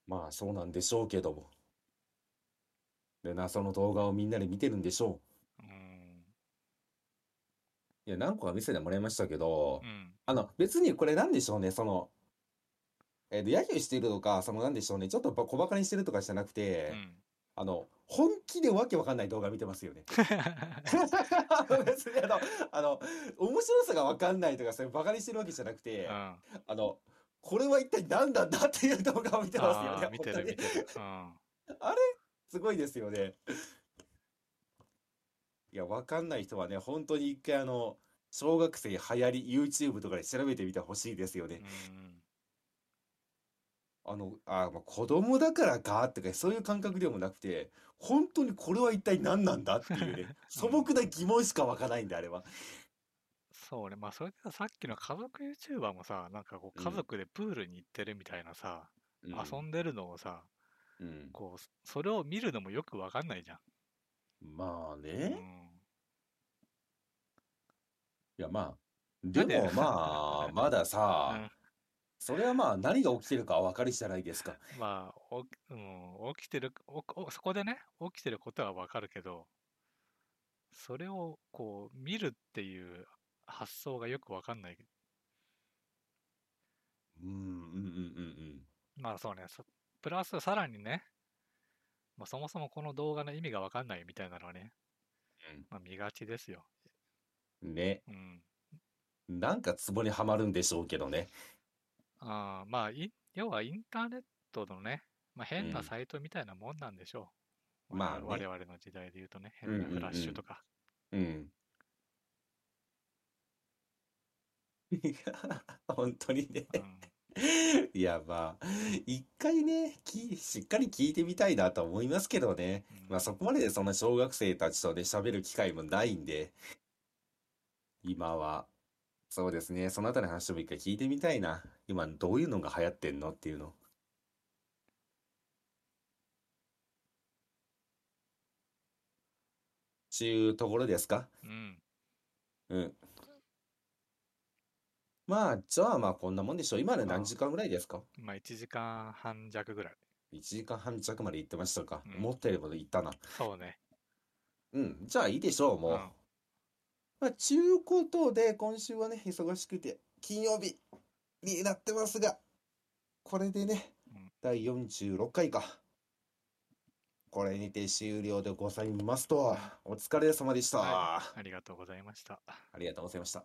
Speaker 2: まあそうなんでしょうけども。で、謎の動画をみんなで見てるんでしょ
Speaker 1: うん、
Speaker 2: う。いや、何個か見せてもらいましたけ
Speaker 1: う
Speaker 2: ど、
Speaker 1: ん、
Speaker 2: あの、別にこれなんでしょうね、その、えっと、揶揄しているとか、そのなんでしょうね、ちょっとば小馬鹿にしてるとかじゃなく
Speaker 1: う
Speaker 2: て、
Speaker 1: ん。
Speaker 2: あの、本気でわけわかんない動画見てますよね。 別にあの、あの、面白さが分かんないとか、それバカにしてるわけじゃなく
Speaker 1: う
Speaker 2: て、
Speaker 1: ん。
Speaker 2: あの、これは一体何なんだっていう動画を見てますよ
Speaker 1: ああ、
Speaker 2: ね、
Speaker 1: 見
Speaker 2: 本
Speaker 1: て
Speaker 2: 当
Speaker 1: る
Speaker 2: に。
Speaker 1: 見てる。うん。
Speaker 2: あれ、すごいですよね。いや、分かんない人はね、本当に一回あの、小学生流行り YouTube とかで調べてみてほしいですよ
Speaker 1: う
Speaker 2: ね。
Speaker 1: ん。
Speaker 2: あの、あ、まあ、子供だからかとか、そういう感覚でもなくて、本当にこれは一体何なんだっていうね、
Speaker 1: う
Speaker 2: 素
Speaker 1: ん。
Speaker 2: 朴な疑問しか湧かないんで、あれは。
Speaker 1: そうね。まあ、それでさ、さっきの家族 YouTuber もさ、なんかこう、
Speaker 2: う
Speaker 1: 家
Speaker 2: ん、
Speaker 1: 族でプールに行ってるみたいなさ、
Speaker 2: う
Speaker 1: 遊
Speaker 2: ん、
Speaker 1: んでるのをさ、
Speaker 2: うん。
Speaker 1: こう、そそれを見るのもよくわかんないじゃん。
Speaker 2: まあ
Speaker 1: う
Speaker 2: ね。
Speaker 1: ん。
Speaker 2: いやまあ、
Speaker 1: な
Speaker 2: で
Speaker 1: んで、
Speaker 2: も まあ、まだ
Speaker 1: う
Speaker 2: さ、
Speaker 1: ん。
Speaker 2: それはまあ何が起きてるかはわかるじゃないですか。
Speaker 1: まあ、お、うん、起きてる、お、お、そこでね、起きてることはわかるけど、それをこう、見るっていう発想がよくわかんない。
Speaker 2: うん、うん、うん、うん、うん。
Speaker 1: まあそうね、そプラスさらにね、まあ、そもそもこの動画の意味がわかんないみたいなのはね、まあ見がちですよ。
Speaker 2: うんね。
Speaker 1: うん。
Speaker 2: なんかツボにはまるんでしょうけどね。
Speaker 1: ああ、まあ、い、要はインターネットのね、まあ
Speaker 2: う。
Speaker 1: 変なんサイトみたいなもんなんでしょう。我
Speaker 2: まあ
Speaker 1: 々、我
Speaker 2: ね。
Speaker 1: 々の時代で言うとね、
Speaker 2: う
Speaker 1: 変
Speaker 2: ん、
Speaker 1: なフラッ
Speaker 2: う
Speaker 1: シュと
Speaker 2: ん、
Speaker 1: か。
Speaker 2: うん。うん。 いや、本当にね。
Speaker 1: うん。
Speaker 2: いや、まあ、一回ね、き、しっかり聞いてみたいなと思いますけどね。
Speaker 1: う
Speaker 2: まあ、そ
Speaker 1: ん
Speaker 2: こまででその小学生たちとね、喋る機会もないんで、今は。そうですね、そのあたりの話も一回聞いてみたいな。今、どういうのが流行ってんのっていうの。ちゅうところですか
Speaker 1: うん
Speaker 2: うん。まあ、じゃあまあ、こんなもんでしょう。今の何
Speaker 1: ま
Speaker 2: 時間ぐらいですか
Speaker 1: あ、まあ1時間半弱ぐらい。
Speaker 2: 1時間半弱まで行ってましたか。
Speaker 1: うん。
Speaker 2: 思ったよりも行ったな。
Speaker 1: そうね。
Speaker 2: うん、じゃあいいでしょう、
Speaker 1: う
Speaker 2: も
Speaker 1: ん。
Speaker 2: う。まあ、ちゅうことで、今週はね、忙しくて、金曜日になってますが、これでね、
Speaker 1: うん
Speaker 2: 第46回か。これにて終了でございます
Speaker 1: う
Speaker 2: と。
Speaker 1: ん。
Speaker 2: お疲れ様でした。
Speaker 1: はい。
Speaker 2: あ
Speaker 1: ありがとうございました。
Speaker 2: りがとうございました。